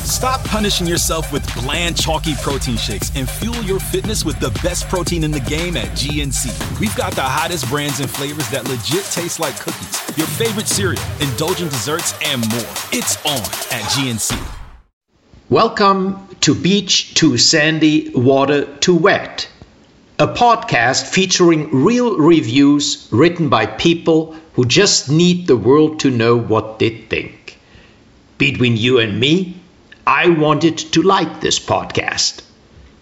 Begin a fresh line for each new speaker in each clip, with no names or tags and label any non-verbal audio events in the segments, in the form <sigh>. Stop punishing yourself with bland, chalky protein shakes and fuel your fitness with the best protein in the game at GNC. We've got the hottest brands and flavors that legit taste like cookies, your favorite cereal, indulgent desserts, and more. It's on at GNC.
Welcome to Beach to Sandy, Water to Wet, a podcast featuring real reviews written by people who just need the world to know what they think. Between you and me, I wanted to like this podcast,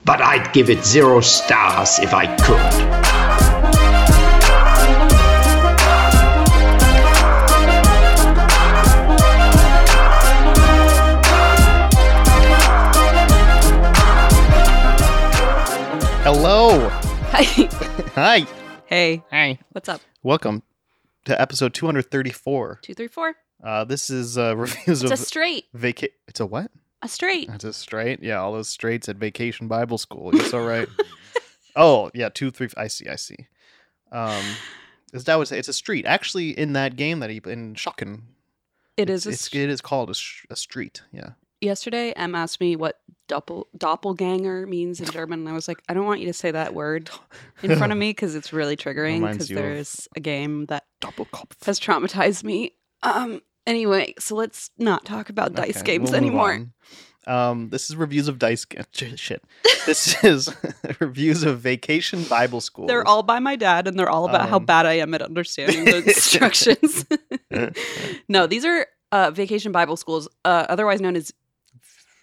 but I'd give it zero stars if I could.
Hello.
Hi.
Hi.
<laughs> hey,
Hi.
what's up?
Welcome to episode 234.
Two, three, four.
Uh, this is uh, <laughs> reviews
It's a
of
straight.
vaca. It's a what?
A straight.
It's a straight. Yeah, all those straights at Vacation Bible School. You're so
<laughs>
right. oh yeah, two, three. I see. I see. Um, as Dad would say, it's a street. Actually, in that game that he in Shocken,
It is. A
It's,
str-
it is called a, sh- a street. Yeah.
Yesterday, Em asked me what doppel doppelganger means in German, and I was like, I don't want you to say that word in front of me because
<laughs>
it's really triggering.
Reminds
Because
you of-
there's a game that
Doppelkopf.
has traumatized me. Um. Anyway, so let's not talk about dice
Okay,
games
we'll move
anymore.
on. Um, this is reviews of dice. ga- <laughs> Shit. This
<laughs>
is <laughs> reviews of Vacation Bible School.
They're all by my dad, and they're all about how
Um.
bad I am at
<laughs>
understanding the instructions. no, these are uh, vacation Bible schools, uh, otherwise known as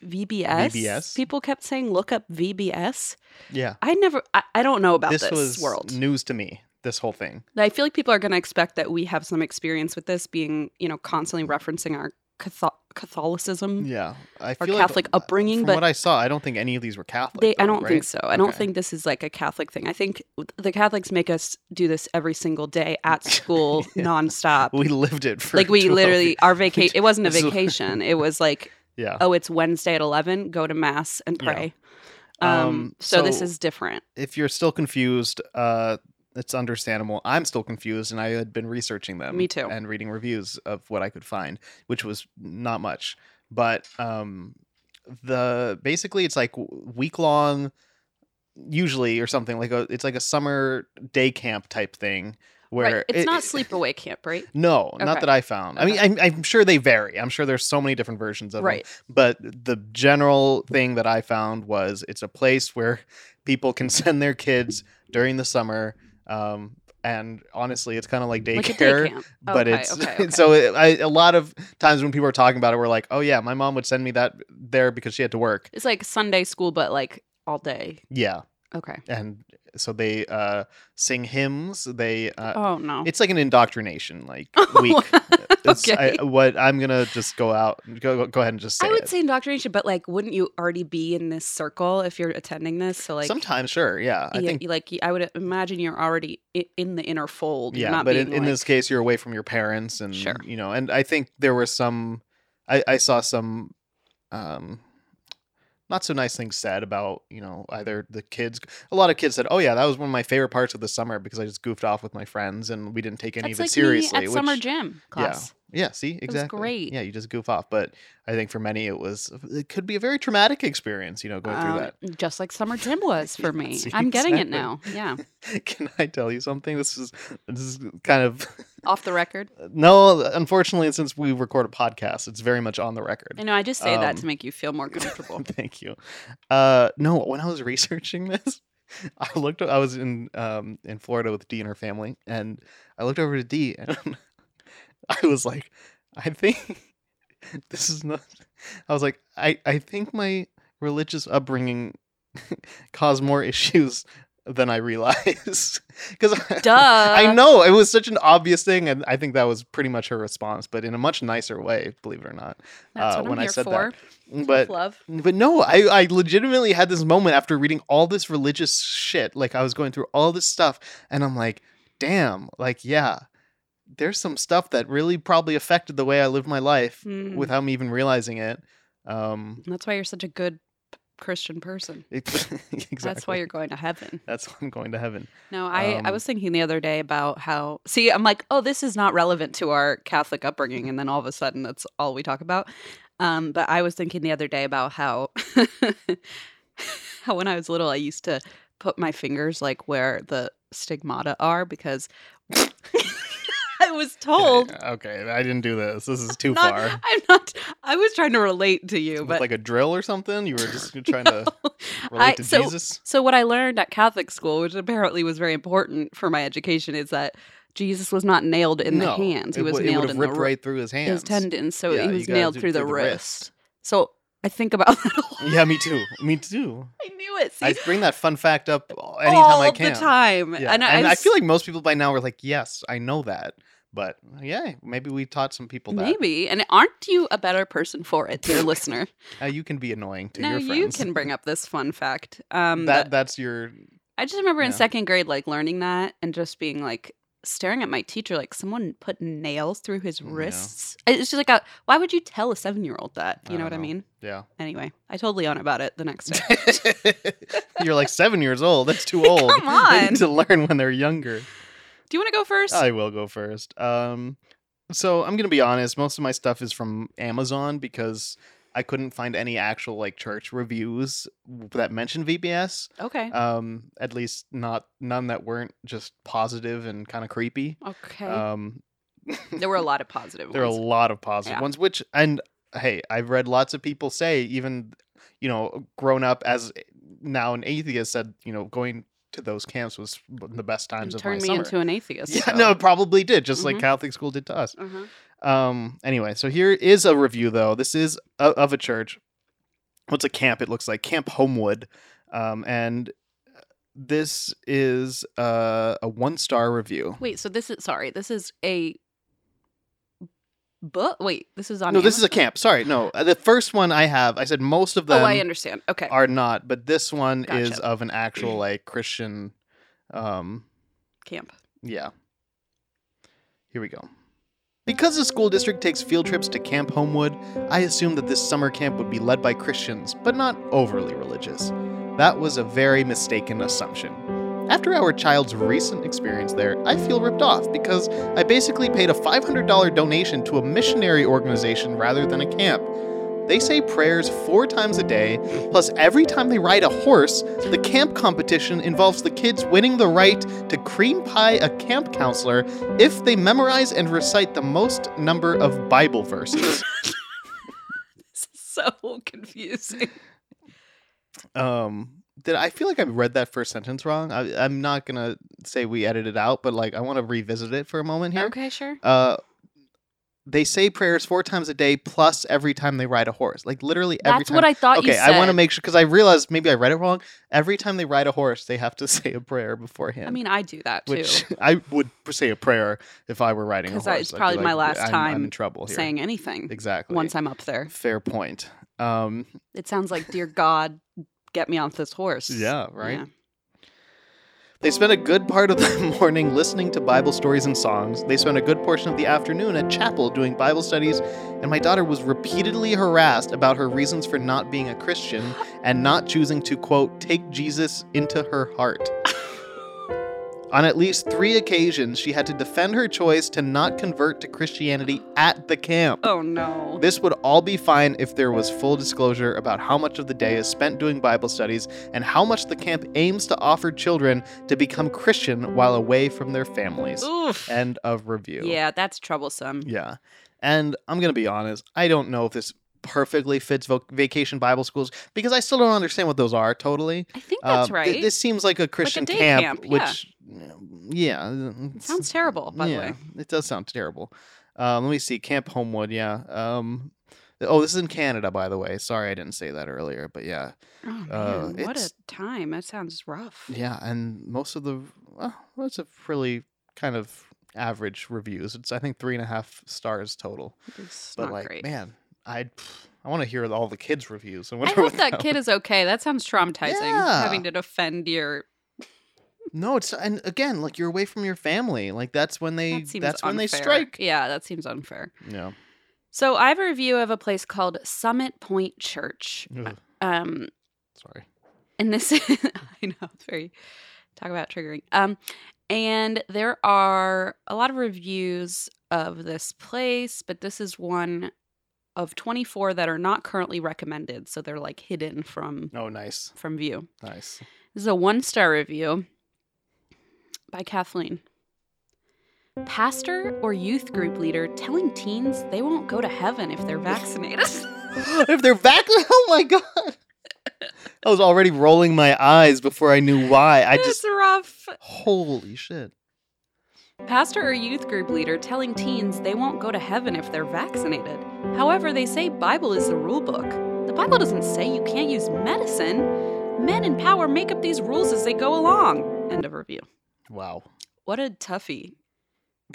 VBS.
VBS.
People kept saying, "Look up VBS."
Yeah.
I never, I, I don't know about this,
this was
world.
news to me. This whole thing.
I feel like people are going to expect that we have some experience with this, being you know constantly referencing our Catho- Catholicism.
Yeah, I
Mm-hmm. Or
feel
Catholic
like, uh,
upbringing,
From
but-
what I saw, I don't think any of these were Catholic.
They, I
though,
don't think
right?
so. I don't
Okay.
think this is like a Catholic thing. I think the Catholics make us do this every single day
<laughs>
at school,
Yeah.
nonstop.
we <laughs> lived it for
like we
12
literally
years. <laughs>
our vacation.
ju-
It wasn't a
this is-
vacation. it was like,
Yeah,
oh, it's Wednesday at eleven. Go to mass and
Yeah.
pray. Um,
Um,
so, this
so-
is different.
if you're still confused, uh, it's understandable. I'm still confused, and I had been researching them.
Me too.
And reading reviews of what I could find, which was not much. But um, the basically, it's like week long, usually or something like a. It's like a summer day camp type thing where
right? It's
it-
not
it-
sleepaway camp, right?
No, not
Okay.
that I found. I mean,
Okay.
I'm, I'm sure they vary. I'm sure there's so many different versions of
Right.
them. But the general thing that I found was it's a place where <laughs> people can send their kids during the summer. Um, and honestly, it's kind of like daycare.
Like a day camp.
But
Okay,
it's <laughs>
okay, okay.
so it, I, a lot of times when people are talking about it, we're like, oh yeah, my mom would send me that there because she had to work.
It's like Sunday school, but like all day.
Yeah,
Okay.
and so they uh, sing hymns. They uh,
Oh no.
It's like an indoctrination
<laughs>
like week. It's-
Okay.
I, what I'm gonna just go out, go go ahead and just say.
I would
it.
say indoctrination, but like, wouldn't you already be in this circle if you're attending this? So like,
sometimes, sure, yeah. I
you-
think,
you- like I would imagine you're already i- in the inner fold. You're
yeah.
not
But in,
being,
in this
like-
case, you're away from your parents, and
Sure.
you know, and I think there were some. I, I saw some, um, not so nice things said about you know either the kids. A lot of kids said, "Oh yeah, that was one of my favorite parts of the summer because I just goofed off with my friends and we didn't take any
That's
of it
like
seriously."
me at summer
which-
gym class.
Yeah. Yeah. See, exactly.
great.
Yeah, you just goof off. But I think for many, it was it could be a very traumatic experience. You know, going through
Um,
that.
Just like summer
<laughs>
gym was for me.
See,
I'm getting it
exactly.
now. Yeah.
<laughs> Can I tell you something? This is this is kind of
Off the record.
no. Unfortunately, since we record a podcast, it's very much on the record.
I know I just say that to
Um,
make you feel
<laughs>
more comfortable.
Thank you. Uh, no, when I was researching <laughs> this, I looked. I was in um, in Florida with Dee and her family, and I looked over to Dee, and <laughs> I was like, I think <laughs> this is not. I was like, I I think my religious upbringing <laughs> caused more <laughs> issues than I realized <laughs> because
Duh.
I know it was such an obvious thing, and I think that was pretty much her response, but in a much nicer way, believe it or not.
That's
uh,
what I'm
when I
here
said
for.
that. But
Love.
but no, I, I legitimately had this moment after reading all this religious shit. Like I was going through all this stuff, and I'm like, damn, like yeah, there's some stuff that really probably affected the way I lived my life
Mm.
without me even realizing it. Um,
That's why you're such a good p- Christian person.
it- <laughs> exactly.
That's why you're going to heaven.
That's why I'm going to heaven.
No, I, I
Um,
was thinking the other day about how, see, I'm like, oh, this is not relevant to our Catholic upbringing. And then all of a sudden, that's all we talk about. Um, but I was thinking the other day about how <laughs> how when I was little, I used to put my fingers like where the stigmata are because <laughs>
<laughs>
I was told.
Okay, I didn't do this. This is too
Not,
far.
I'm not. I was trying to relate to you,
With,
but
like a drill or something? You were
<laughs>
just trying to relate
I-
to
so-
Jesus?
So what I learned at Catholic school, which apparently was very important for my education, is that Jesus was not nailed in the
No,
hands; he
it
was
would- it would
nailed
have
in the
ripped
ri-
right through his hands.
his tendons, so
Yeah,
he
you
was
gotta
nailed
do it
through the,
through the
wrist.
wrist.
So I think about <laughs> that a lot.
Yeah, me too. Me too.
I knew it. See,
I bring that fun fact up anytime
all
I can.
the time,
Yeah,
and,
and, I,
I
feel like most people by now are like, yes, I know that. But yeah, maybe we taught some people that.
maybe. And aren't you a better person for
<laughs>
it, dear listener?
Now you can be annoying to
now
your
you
friends.
can bring up this
<laughs>
fun fact. Um,
that,
that,
that's your.
I just remember in
yeah.
second grade, like learning that and just being like staring at my teacher, like someone put nails through his
Yeah.
wrists. I- It's just like, a, why would you tell a seven-year-old that? You
I
know what
don't
I
know.
mean?
Yeah. <laughs>
Anyway, I told Leon about it the next day.
You're like seven years old. That's
<laughs>
too old.
Come
They
on.
need to learn when they're younger.
Do you want to go first?
I will go first. Um, so I'm gonna be honest. Most of my stuff is from Amazon because I couldn't find any actual like church reviews that mentioned VBS.
okay.
Um, at least not none that weren't just positive and kind of creepy.
okay.
Um, <laughs>
there were a lot of positive
there are a
ones.
lot of positive
Yeah.
ones, which and hey, I've read lots of people say, even you know, grown up as now an atheist said, you know, going to those camps was the best times
And
of my
turned me
summer.
into an
<laughs>
atheist.
yeah,
so-
no, it probably did, just like
Mhm.
Catholic school did to us.
Uh-huh.
Um, anyway, so here is a review though. This is o- of a church. What's a camp? It looks like Camp Homewood, um, and this is uh, a one-star review.
Wait, so this is sorry, this is a book. Wait, this is on.
no, this is a
Amazon?
camp. um, Sorry, no. uh, The first one I have, I said most of them
Oh, I understand. Okay,
are not, but this one is
Gotcha.
of an actual like Christian. Um,
camp. <laughs>
yeah. Here we go. Because the school district takes field trips to Camp Homewood, I assumed that this summer camp would be led by Christians, but not overly religious. That was a very mistaken assumption. After our child's recent experience there, I feel ripped off because I basically paid a $500 donation to a missionary organization rather than a camp. They say prayers four times a day, plus every time they ride a horse, the camp competition involves the kids winning the right to cream pie a camp counselor if they memorize and recite the most number of Bible
<laughs>
verses.
This is so <laughs> confusing.
um, did I feel like I read that first sentence wrong? I, I'm not gonna say we edited it out, but like I want to revisit it for a moment here.
Okay, sure.
Uh, they say prayers four times a day, plus every time they ride a horse. Like literally every
That's
time.
what I thought you
okay,
said.
I want to make sure because I realized maybe I read it wrong. Every time they ride a horse, they have to <laughs> say a prayer beforehand.
I mean, I do that
<laughs>
too.
which I would say a prayer if I were riding a horse.
'Cause it's
I'd be
probably my last
I'm- I'm
time
in trouble here.
Saying anything
exactly.
once I'm up there,
fair point. Um,
it sounds like, "Dear God, get me off this horse."
yeah, right.
Yeah.
They spent a good part of the <laughs> morning listening to Bible stories and songs. They spent a good portion of the afternoon at chapel doing Bible studies, and my daughter was repeatedly harassed about her reasons for not being a Christian and not choosing to, quote, take Jesus into her heart. <laughs> On at least three occasions, she had to defend her choice to not convert to Christianity at the camp.
Oh no.
This would all be fine if there was full disclosure about how much of the day is spent doing Bible studies and how much the camp aims to offer children to become Christian while away from their families.
Oof.
End of review.
Yeah, that's troublesome.
Yeah. And I'm going to be honest, I don't know if this perfectly fits voc vacation Bible schools because I still don't understand what those are totally.
I think that's
Um,
right.
th- this seems like a Christian
day camp, yeah.
which, yeah. it's-
sounds terrible, Oh, by the way.
it does sound terrible. Um, let me see, Camp Homewood, yeah. Um, oh, this is in Canada, by the way. Sorry, I didn't say that earlier, but yeah,
Oh man,
Uh,
what a
it's-
time! That sounds rough.
yeah. And most of the well, that's a really kind of average reviews. It's I think three and a half stars total.
It's
but
not
like,
great.
man, I I want to hear all the kids' reviews. I
I
wonder
hope
what
that kid is okay. That sounds traumatizing.
Yeah.
Having to defend your
No, it's and again, like you're away from your family. Like that's when they
that seems
that's when they
unfair.
strike.
Yeah, that seems unfair.
Yeah.
So I have a review of a place called Summit Point Church.
Ugh,
Um,
sorry.
and this is, <laughs> I know it's very talk about triggering. Um, and there are a lot of reviews of this place, but this is one of 24 that are not currently recommended, so they're like hidden from
Oh, nice,
from view.
nice.
This is a one star review by Kathleen. Pastor or youth group leader telling teens they won't go to heaven if they're vaccinated.
<gasps>
<laughs>
if they're back, <laughs> oh my god! I was already rolling my eyes before I knew why.
<laughs>
I
it's
just
rough.
holy shit.
Pastor or youth group leader telling teens they won't go to heaven if they're vaccinated. However, they say Bible is the rule book. The Bible doesn't say you can't use medicine. Men in power make up these rules as they go along. End of review.
Wow.
What a toughie. <laughs>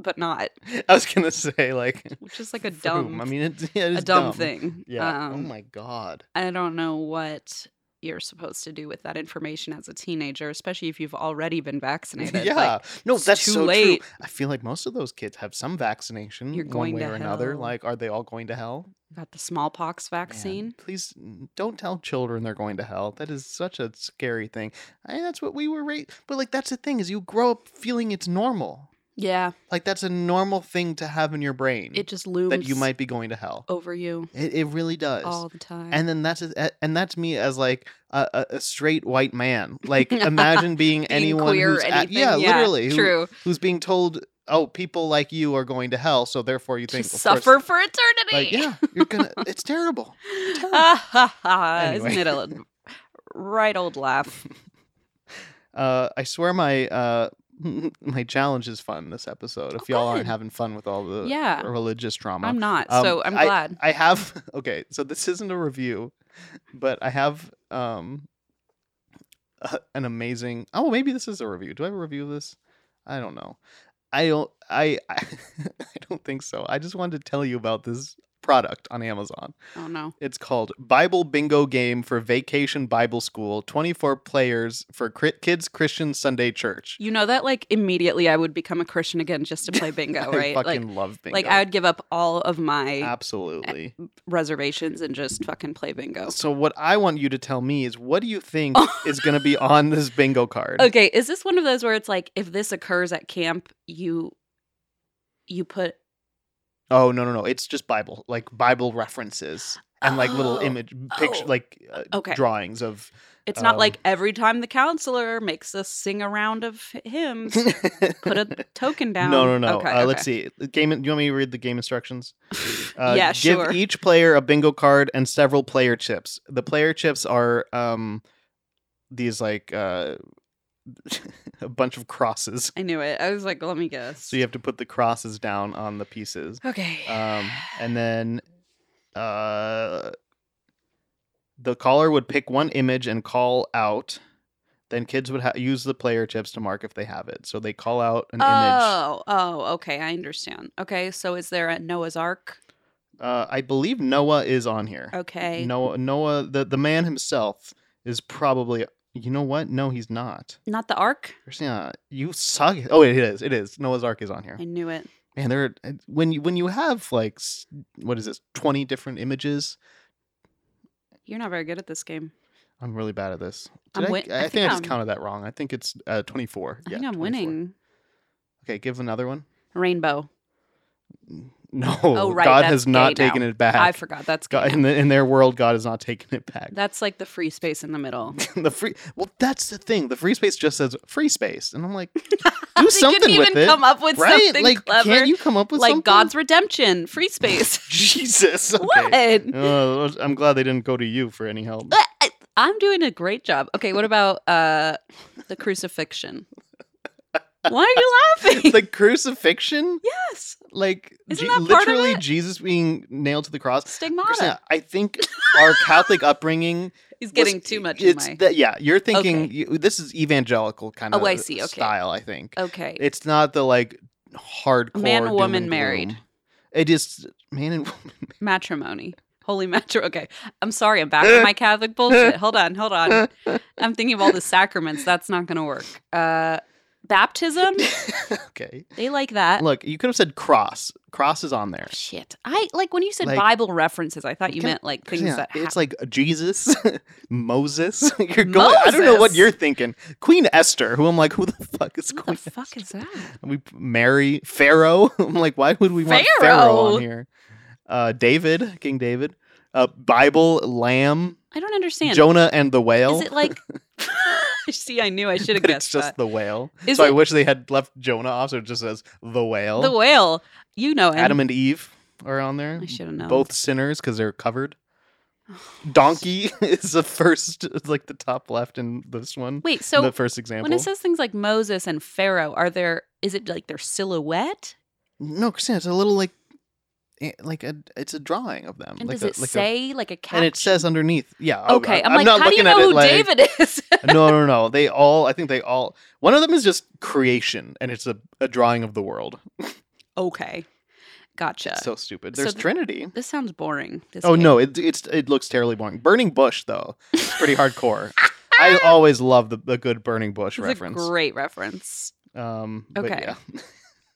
but not,
I was gonna say like
which is like a
vroom.
dumb
I mean, it, yeah, it is
a dumb, thing.
Yeah. oh
Um,
my god.
I don't know what you're supposed to do with that information as a teenager, especially if you've
<laughs>
already been vaccinated.
yeah.
Like,
no,
it's
that's
too
so
late.
true. I feel like most of those kids have some vaccination
You're
one
going
way
to
or another.
hell.
Like, are they all going to hell?
got the smallpox
Man,
vaccine.
please n- don't tell children they're going to hell. That is such a scary thing. And that's what we were raised. But like, that's the thing is you grow up feeling it's normal.
Yeah,
Like that's a normal thing to have in your brain
it just looms
that you might be going to hell.
over you
It, it really does.
all the time.
and then that's a- and that's me as like a, a, a straight white man.
<laughs>
Like imagine being,
Being
anyone
queer or
who's at-
anything,
yeah, literally who-
true.
who's being told, oh, people like you are going to hell, so therefore you
to
think of course-
suffer for eternity.
Like yeah, you're
<laughs>
gonna. it's terrible.
Ah, <laughs> ha, ha.
Anyway.
Isn't it a right old laugh?
<laughs> Uh, I swear my uh <laughs> my challenge is fun this episode. If
Oh,
y'all aren't
good.
having fun with all the
Yeah.
religious trauma,
I'm not,
Um,
so I'm
I-
glad.
I have <laughs> okay, so this isn't a review, but I have um a- an amazing. Oh, maybe this is a review. Do I have a review of this? I don't know. I don't. I <laughs> I, I don't think so. I just wanted to tell you about this product on Amazon.
oh no.
It's called Bible Bingo Game for Vacation Bible School. Twenty four players for Cri- Kids Christian Sunday Church.
You know that like immediately I would become a Christian again just to play
<laughs>
bingo,
I
right? Like
fucking love bingo.
like I would give up all of my
absolutely.
reservations and just fucking play bingo.
So what I want you to tell me is what do you
<laughs>
think is going to be on this bingo card?
Okay, is this one of those where it's like if this occurs at camp, you you put
Oh no no no! It's just Bible, like Bible references and like little
Oh.
image picture,
Oh.
like uh,
Okay.
drawings of.
it's not
Um,
like every time the counselor makes us sing a round of hymns, <laughs>
<laughs>
put a token down.
No no no.
Okay,
uh, Let's see. The Game. Do you want me to read the game
<laughs>
instructions? Uh,
okay. yeah,
give
sure.
each player a bingo card and several player chips. The player chips are um these like uh <laughs> a bunch of crosses.
I knew it. I was like, let me guess.
So you have to put the crosses down on the pieces.
okay.
Um,
<sighs>
and then uh, the caller would pick one image and call out. Then kids would ha- use the player chips to mark if they have it. So they call out an image.
oh, oh, okay. I understand. Okay, so is there a Noah's Ark?
Uh, I believe Noah is on here.
Okay.
Noah, Noah, the, the man himself is probably. You know what? No, he's not.
Not the Ark?
Christina, you suck. Oh, it is. It is. Noah's Ark is on here.
I knew it.
Man, there. Are, when you when you have like s- what is this? Twenty different images.
You're not very good at this game.
I'm really bad at this.
I'm
Did I,
win-
I,
I
think,
think
I just
I'm-
counted that wrong. I think it's uh, 24.
I
yeah,
think I'm
24.
winning.
Okay, give another one. <laughs>
Rainbow.
No,
Oh, right,
Oh, God
that's
has not
gay now.
taken it back.
I forgot. That's gay.
God, <laughs>
now.
in, the, in their world, God has not taken it back.
That's like the free space in the middle.
<laughs>
<laughs>
the free, well, that's the thing. The free space just says free space, and I'm
<laughs>
like,
They
do
couldn't
something with
even
it,
come up with
right?
something
like,
clever.
can't you come up with
like
something?
God's redemption, free space.
<laughs>
<laughs>
Jesus? Okay. Uh,
what?
Oh, I'm glad they didn't go to you for any
<laughs>
help.
I- I'm doing a great job. Okay, what about uh the crucifixion? Why are you laughing?
the crucifixion,
yes,
like
Isn't
Je-
that part of
literally
it?
Jesus being nailed to the cross.
stigmata.
Christina, I think our
<laughs>
Catholic upbringing
He's
was-
getting too much in
It's
my.
that- yeah, you're thinking
Okay.
you, this is evangelical kind of
Oh, I see, okay.
style. I think
okay,
it's not the like hardcore
Man,
doom
woman
and
married.
gloom. It is man and woman. <laughs>
matrimony. Holy matrimony. Okay, I'm sorry. I'm back
<laughs>
to my Catholic bullshit. Hold on, hold on. I'm thinking of all the sacraments. That's not going to work. Uh, baptism.
okay,
They like that.
look, you could have said cross. Cross is on there.
Shit. I like when you said
Like-
Bible references. I thought you
Can I-
meant like things
Yeah,
that.
it's
hap-
like Jesus, <laughs> Moses. <laughs> You're going. I don't know what
Moses?
you're thinking. Queen Esther, who I'm like, who the fuck is Queen?
what the fuck is that?
<laughs> we Mary Pharaoh. I'm like, why would we want Pharaoh
Pharaoh?
on here? uh, David, King David, uh, Bible, Lamb,
I don't understand.
Jonah, and the whale.
Is it like? <laughs> See, I knew I should have
but <laughs>
guessed
it's just
that.
the whale.
Is
so I
it-
wish they had left Jonah off, so it just says the whale.
The whale. You know him.
Adam and Eve are on there.
I should have known.
Both sinners because they're
<sighs>
covered. Donkey <laughs> is the first, like the top left in this one.
Wait,
in the
so
first example.
when it says things like Moses and Pharaoh, are there? Is it like their silhouette?
no, Christina, it's a little like, eh, like a, it's a drawing of them.
And
like
does
a,
it
like a-
say like a caption?
and it says underneath, yeah. I'm-
Okay, I'm,
I'm
like,
not
how do you
looking at
know
it
who
like-
David is?
<laughs>
<laughs>
no, no, no. They all. I think they all. One of them is just creation, and it's a, a drawing of the world.
okay, gotcha.
so stupid.
so
There's
th-
Trinity.
this sounds boring. This
Oh
game.
no, it it's it looks terribly boring. Burning bush though, it's
<laughs>
pretty hardcore. I always love the, the good burning bush
This is
reference.
a great reference.
um, but
Okay.
yeah.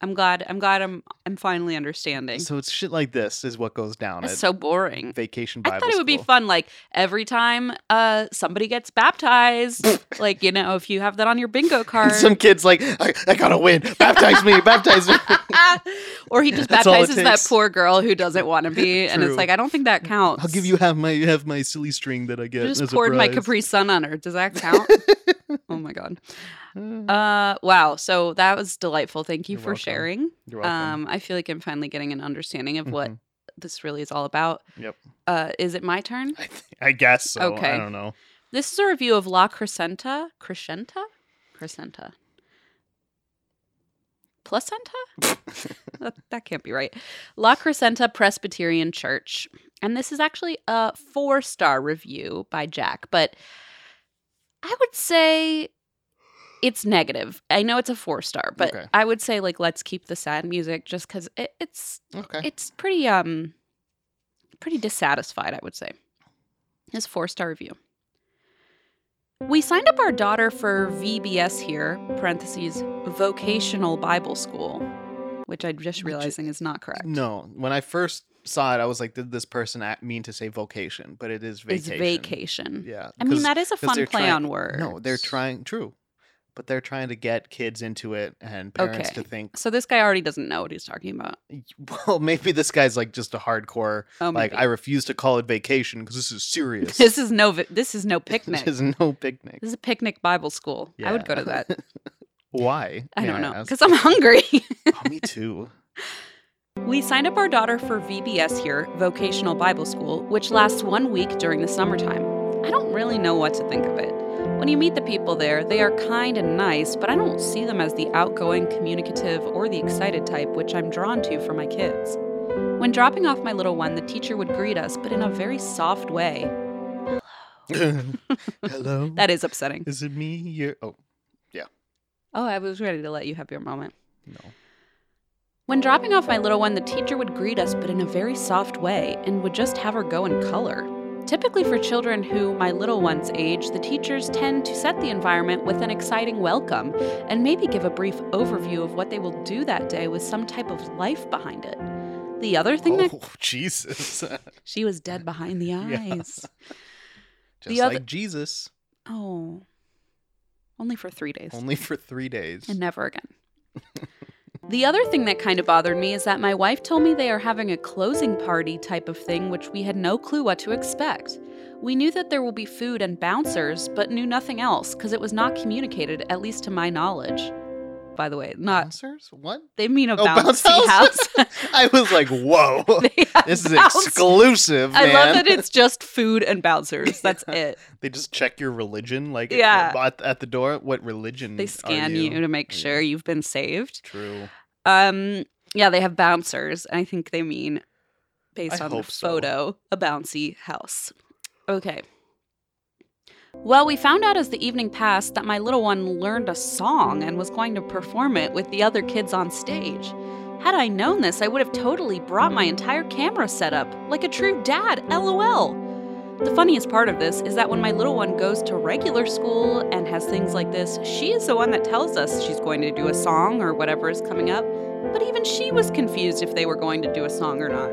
I'm glad. I'm glad. I'm I'm finally understanding.
So it's shit like this is what goes down
That's
at
so boring.
vacation Bible
I thought it would be
school. <laughs>
fun, like every time uh somebody
<laughs>
gets baptized, like you know, if you have that on your bingo card, <laughs>
Some kids like I, I gotta win. Baptize me, baptize me.
ah, or he just
That's all it
baptizes that
takes.
poor girl who doesn't want to
<laughs>
be, and it's
True.
like I don't think that counts.
I'll give you half my half my silly string that I
I
get. as
just
a
poured my
prize.
Capri Sun on her.
<laughs>
Does that count? oh my god! Uh, wow. So that was delightful. Thank you
You're
for
welcome.
sharing.
You're welcome. Mm-hmm.
Um, I feel like I'm finally getting an understanding of what this really is all about.
Yep.
Uh, is it my turn?
I, th- I guess so.
Okay.
I don't know.
This is a review of La Crescenta. Crescenta? Crescenta. Placenta? that, that can't be right. La Crescenta Presbyterian Church. And this is actually a four star review by Jack, but I would say it's negative. I know it's a four star, but
Okay.
I would say, like, let's keep the sad music just because it, it's
Okay.
it's pretty um pretty dissatisfied i would say his four star review we signed up our daughter for vbs here parentheses vocational bible school which i'm just
Which-
realizing is not correct
no, when I first saw it, I was like, did this person at- mean to say vocation? But it is
it's
vacation.
vacation
Yeah.
i mean
'cause-
that is a
'cause
fun
they're
play
trying-
on words
No, they're trying true, but they're trying to get kids into it and parents to
Okay.
think.
so this guy already doesn't know what he's talking about
<laughs> Well, maybe this guy's like just a hardcore.
oh my <laughs>
like I refuse to call it vacation because this is serious.
this is no vi- this is no picnic
<laughs> This is no picnic.
this is a picnic bible school i would
Yeah. <laughs>
go to that
Why?
i
may
don't know
ask?
because i'm hungry <laughs>
Oh, me too. <laughs>
We signed up our daughter for VBS here, Vocational Bible School, which lasts one week during the summertime. I don't really know what to think of it. When you meet the people there, they are kind and nice, but I don't see them as the outgoing, communicative, or the excited type which I'm drawn to for my kids. When dropping off my little one, the teacher would greet us, but in a very soft way.
Hello.
That is upsetting.
Is it me? You're... Oh
Oh, I was ready to let you have your moment.
no.
When dropping off my little one, the teacher would greet us, but in a very soft way, and would just have her go in color. Typically, for children who, my little one's age, the teachers tend to set the environment with an exciting welcome and maybe give a brief overview of what they will do that day with some type of life behind it. The other thing that
Oh <laughs>
<laughs>
Jesus! Just
she was dead
<laughs>
behind the
Yeah.
eyes.
like
other-
Jesus,
Oh, only for three days.
only for three days.
And never again. the other thing that kind of bothered me is that my wife told me they are having a closing party type of thing, which we had no clue what to expect. We knew that there will be food and bouncers, but knew nothing else because it was not communicated, at least to my knowledge. By the way, not
Bouncers? What?
they mean a
Oh, bounce
bouncy
house.
house. <laughs>
I was like, whoa.
They
<laughs>
have
This is
bounce-
exclusive,
I
man.
love that it's just food and bouncers. That's it.
<laughs> They just check your religion, like
Yeah.
at, at the door. What religion?
They
are
scan you to make sure you've been saved.
True.
Um, yeah, they have bouncers. and I think they mean, based
I
on the
hope so.
photo, a bouncy house. Okay. Well, we found out as the evening passed that my little one learned a song and was going to perform it with the other kids on stage. Had I known this, I would have totally brought my entire camera set up, like a true dad, lol. The funniest part of this is that when my little one goes to regular school and has things like this, she is the one that tells us she's going to do a song or whatever is coming up, but even she was confused if they were going to do a song or not.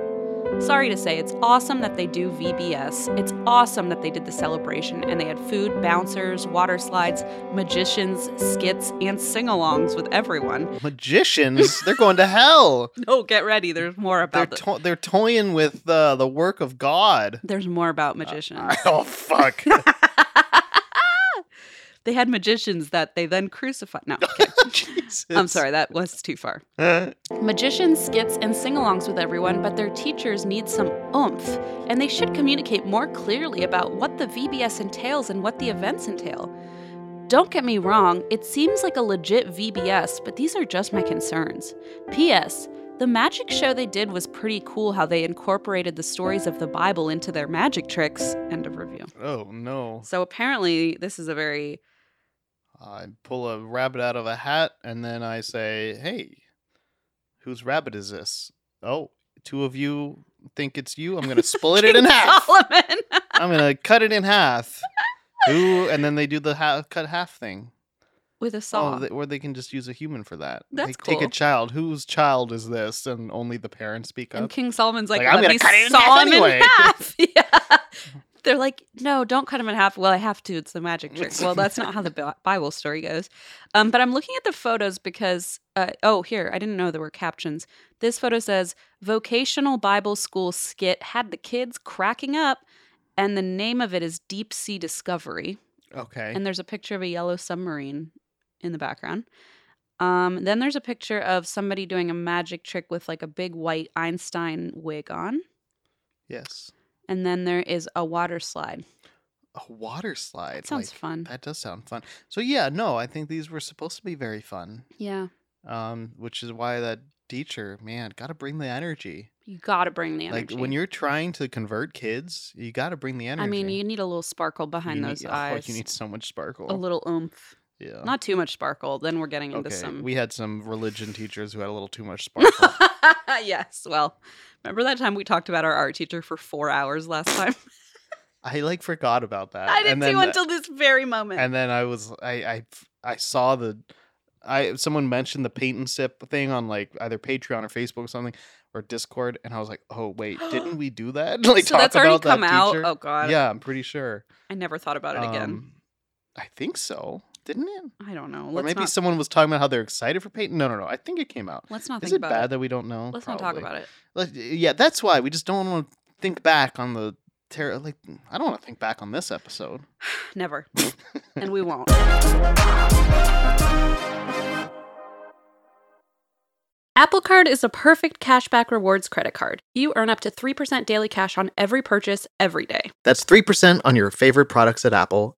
Sorry to say, it's awesome that they do VBS. It's awesome that they did the celebration and they had food, bouncers, water slides, magicians, skits, and sing alongs with everyone.
Magicians, they're going to hell.
Oh, get ready. There's more
They're
<laughs> about the-
to- they're toying with uh, the work of
<laughs>
God.
There's more about magicians.
Oh
<laughs>
fuck. <laughs>
they had magicians that they then crucified. No,
Jesus.
I'm sorry, that was too far.
Uh,
<laughs> Magicians, skits, and sing alongs with everyone, but their teachers need some oomph, and they should communicate more clearly about what the VBS entails and what the events entail. Don't get me wrong, it seems like a legit VBS, but these are just my concerns. P.S. The magic show they did was pretty cool how they incorporated the stories of the Bible into their magic tricks. End of review.
oh no.
So apparently, this is a very.
I pull a rabbit out of a hat and then I say, "Hey, whose rabbit is this?" Oh, two of you think it's you. I'm going
<laughs>
to split it in half.
Solomon! <laughs>
I'm going to cut it in half. Who and then they do the ha- cut half thing.
With a saw.
Oh, they, or they can just use a human for that.
That's
They Take
cool.
a child. Whose child is this? And only the parents speak
And
up.
King Solomon's like,
Like, I'm
let
gonna
me
cut it in
saw
half
him
anyway.
in
<laughs>
half. <laughs> yeah. They're like, no, don't cut him in half. Well, I have to. It's the magic trick. Well, that's not how the Bi- <laughs> Bible story goes. Um, but I'm looking at the photos because, uh, oh, here, I didn't know there were captions. This photo says, Vocational Bible School skit had the kids cracking up, and the name of it is Deep Sea Discovery.
okay.
And there's a picture of a yellow submarine in the background. Um, then there's a picture of somebody doing a magic trick with like a big white Einstein wig on.
yes.
And then there is a water slide.
A water slide.
That sounds
like, uh,
fun.
That does sound fun. So yeah, no, I think these were supposed to be very fun.
yeah.
Um, which is why that teacher, man, got to bring the energy.
You got to bring the energy.
Like when you're trying to convert kids, you got to bring the energy.
I mean, you need a little sparkle
You
behind
need- <laughs>
those
oh,
eyes.
you need so much sparkle.
a little oomph.
Yeah.
Not too much sparkle. Then we're getting into
okay.
some.
We had some religion teachers who had a little too much sparkle.
<laughs> yes. Well, remember that time we talked about our art teacher for four hours last time?
I like forgot about that.
<laughs>
Uh,
I
and
didn't
then
do until this very moment.
and then I was I I I saw the I someone mentioned the paint and sip thing on like either Patreon or Facebook or something or Discord, and I was like, oh wait,
<gasps>
didn't we do that? <laughs> like
so that's
talk
already
about that
come out.
teacher?
Oh god.
yeah, I'm pretty sure.
I never thought about it again.
Um, I think so. Didn't it?
I don't know.
or
Let's
maybe
not,
someone was talking about how they're excited for Peyton. No, no, no. I think it came out.
let's not
Is it
think about
bad
it.
that we don't know?
Let's not talk
<laughs>
about it.
Like, yeah, that's why we just don't want to think back on the terror. Like, I don't want to think back on this episode.
Never. and we won't. Apple Card is a perfect cashback rewards credit card. You earn up to 3% daily cash on every purchase every day.
That's 3% on your favorite products at Apple,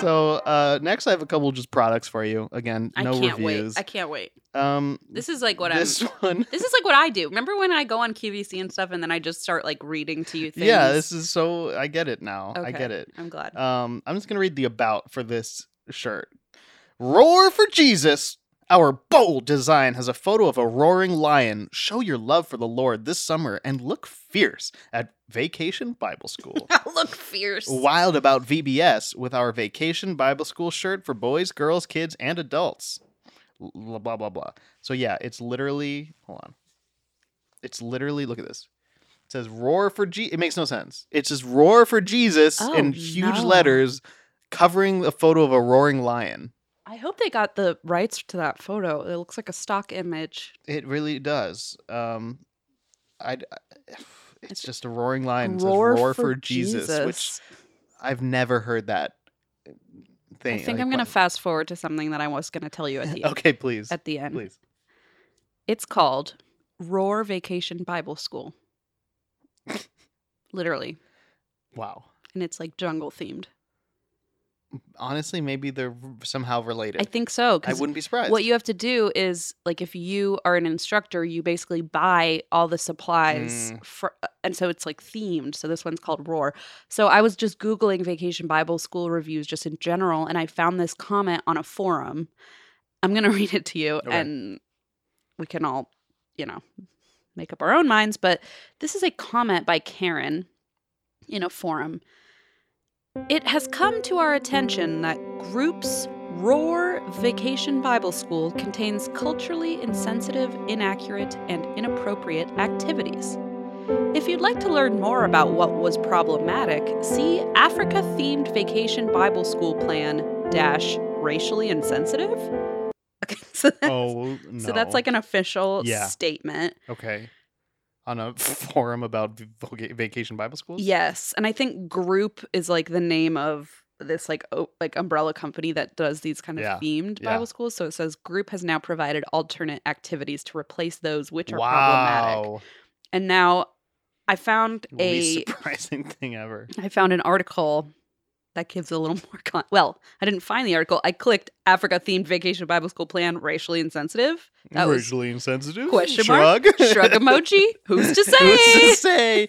So, uh, next I have a couple just products for you. Again,
I
no
can't
reviews.
wait. I can't wait.
Um,
This is like what
this <laughs>
I'm
one.
This is like what I do. Remember when I go on QVC and stuff and then I just start like reading to you things?
Yeah, this is so. I get it now. I get it.
I'm glad.
Um, I'm just gonna read the about for this shirt. Roar for Jesus. Our bold design has a photo of a roaring lion. Show your love for the Lord this summer and look fierce at Vacation Bible School.
<laughs> I look fierce.
Wild about VBS with our Vacation Bible School shirt for boys, girls, kids, and adults. Blah blah blah. blah. So yeah, it's literally. Hold on. It's literally. Look at this. It says "Roar for G." It makes no sense. It's just "Roar for Jesus"
Oh,
in huge
no.
letters, covering a photo of a roaring lion.
I hope they got the rights to that photo. It looks like a stock image.
It really does. Um, I. <sighs> It's just a roaring lion. It says,
Roar
"Roar for, Jesus," which I've never heard that thing.
I think
like,
I'm going to
what-
fast forward to something that I was going to tell you
<laughs>
at the end.
Okay, please.
At the end.
Please.
It's called Roar Vacation
<laughs>
Bible School. Literally.
Wow.
And it's like jungle themed.
Honestly, maybe they're somehow related.
I think so.
I
'cause
wouldn't be surprised.
What you have to do is like if you are an instructor, you basically buy all the supplies for and so it's like themed. So this one's called Roar. So I was just googling vacation Bible school reviews just in general and I found this comment on a forum. I'm going to <laughs> read it to you
Okay.
and we can all, you know, make up our own minds, but this is a comment by Karen in a forum. It has come to our attention that Group's Roar Vacation Bible School contains culturally insensitive, inaccurate, and inappropriate activities. If you'd like to learn more about what was problematic, see Africa themed vacation Bible school plan dash racially insensitive. <laughs> Okay, so that's,
Oh no.
<laughs> so that's like an official
Yeah.
statement.
okay on a <laughs> forum about voca- vacation Bible schools.
Yes, and I think Group is like the name of this like o- like umbrella company that does these kind of
Yeah,
themed
yeah.
Bible schools. So it says Group has now provided alternate activities to replace those which are problematic.
Wow.
And now I found
Least
a
surprising <laughs> thing ever.
I found an article that gives a little <laughs> more con- well, I didn't find the article. I clicked Africa themed vacation Bible school plan racially insensitive. <laughs> That was
Racially insensitive.
question mark
Shrug. <laughs>
shrug emoji. Who's to
Who's to
say?
say?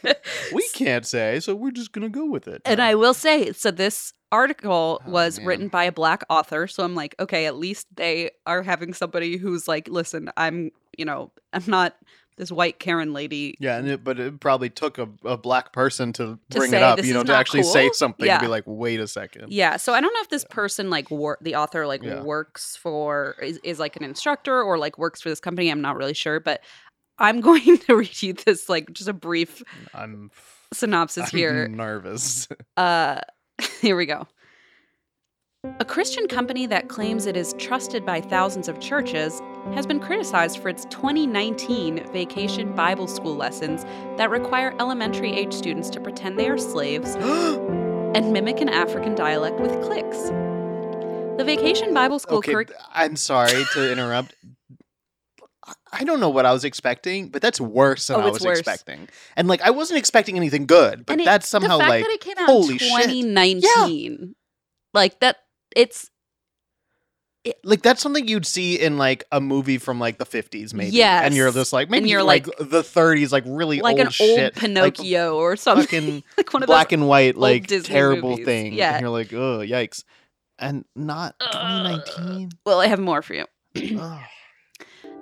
<laughs>
We can't say, so we're just gonna go with it.
And I will say, so this article
Oh,
was
man.
written by a black author. So I'm like, okay, at least they are having somebody who's like, listen, I'm, you know, I'm not this white Karen lady.
Yeah, and it, but it probably took a, a black person to,
To
bring
say
it up,
this
you
is
know, to
not
actually say
cool?
something
Yeah.
to be like, wait a second.
Yeah. So I don't know if this person, like, wor- the author, like,
Yeah.
works for, is, is like an instructor or like works for this company. I'm not really sure. But I'm <laughs> going to read you this, like, just a brief
I'm, <laughs>
synopsis
I'm
here.
nervous. <laughs>
Uh, <laughs> here we go. A Christian company that claims it is trusted by thousands of churches has been criticized for its 2019 vacation Bible school lessons that require elementary age students to pretend they
<gasps>
are slaves and mimic an African dialect with clicks. The vacation Bible school
okay,
curric-
th- I'm sorry to interrupt. I- I don't know what I was expecting, but that's worse than
Oh,
I
it's
was
worse.
expecting. And like, I wasn't expecting anything good, but
and it-
that's somehow
the fact
like,
that it came out
holy
in
shit.
2019. Like that it's
Like that's something you'd see in like a movie from like the 50s, maybe. and you're
Yes.
just like, maybe
you're,
like,
like-
the 30s, like really
like an
old shit,
old
like,
Pinocchio <laughs> or something.
fucking
<laughs> like one of those
black and white,
old
like
Disney
terrible
movies.
thing.
Yeah.
And you're like, oh, yikes. And not
Ugh.
2019.
Well, I have more for you.
Ugh.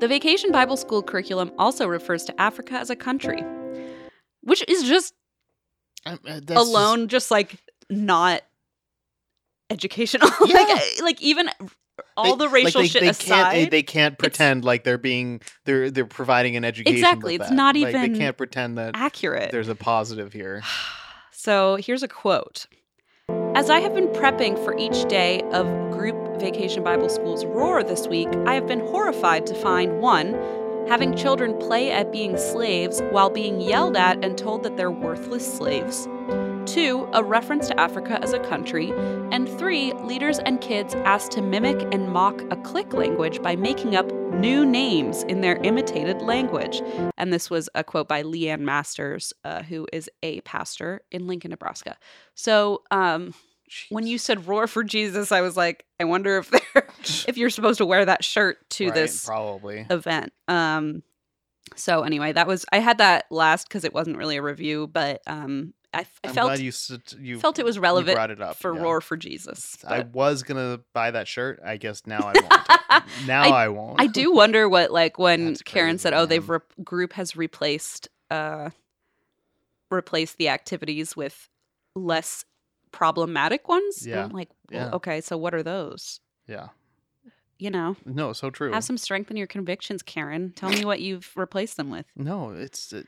The Vacation Bible School curriculum also refers to Africa as a country, which is just
I'm- uh, that's just-
alone, just... like not educational. <laughs> like,
Yeah.
I- like even all
they-
the racial
like,
shit
they
aside,
Can't, they, they can't pretend like they're being they're they're providing an education. with
Exactly, it's
that.
not
Like,
even
they can't pretend that
accurate.
there's a positive here.
So here's a quote. As I have been prepping for each day of Group Vacation Bible School's Roar this week, I have been horrified to find one, having children play at being slaves while being yelled at and told that they're worthless slaves. Two, a reference to Africa as a country. And three, leaders and kids asked to mimic and mock a click language by making up new names in their imitated language. And this was a quote by Leanne Masters, uh, who is a pastor in Lincoln, Nebraska. So um, <sighs> when you said "roar for Jesus," I was like, I wonder
<laughs>
if they're <laughs> if you're supposed to wear that shirt to
Right,
this
probably.
event. Um, so anyway, that was I had that last because it wasn't really a review, but um, I, f- I
I'm
felt
glad you s- you
felt it was
you
relevant
brought it up
for
yeah.
"roar for Jesus."
I
but-
was gonna buy that shirt. I guess now I
<laughs>
won't. now I, won't.
I do wonder what like when
That's
Karen said,
crazy,
"Oh, they've
man.
rep group has replaced uh replaced the activities with less problematic ones." And I'm like, well,
yeah.
okay, so what are those?
<laughs> Yeah.
You know,
No, so true.
have some strength in your convictions, Karen. Tell me what you've replaced them with.
no, it's uh,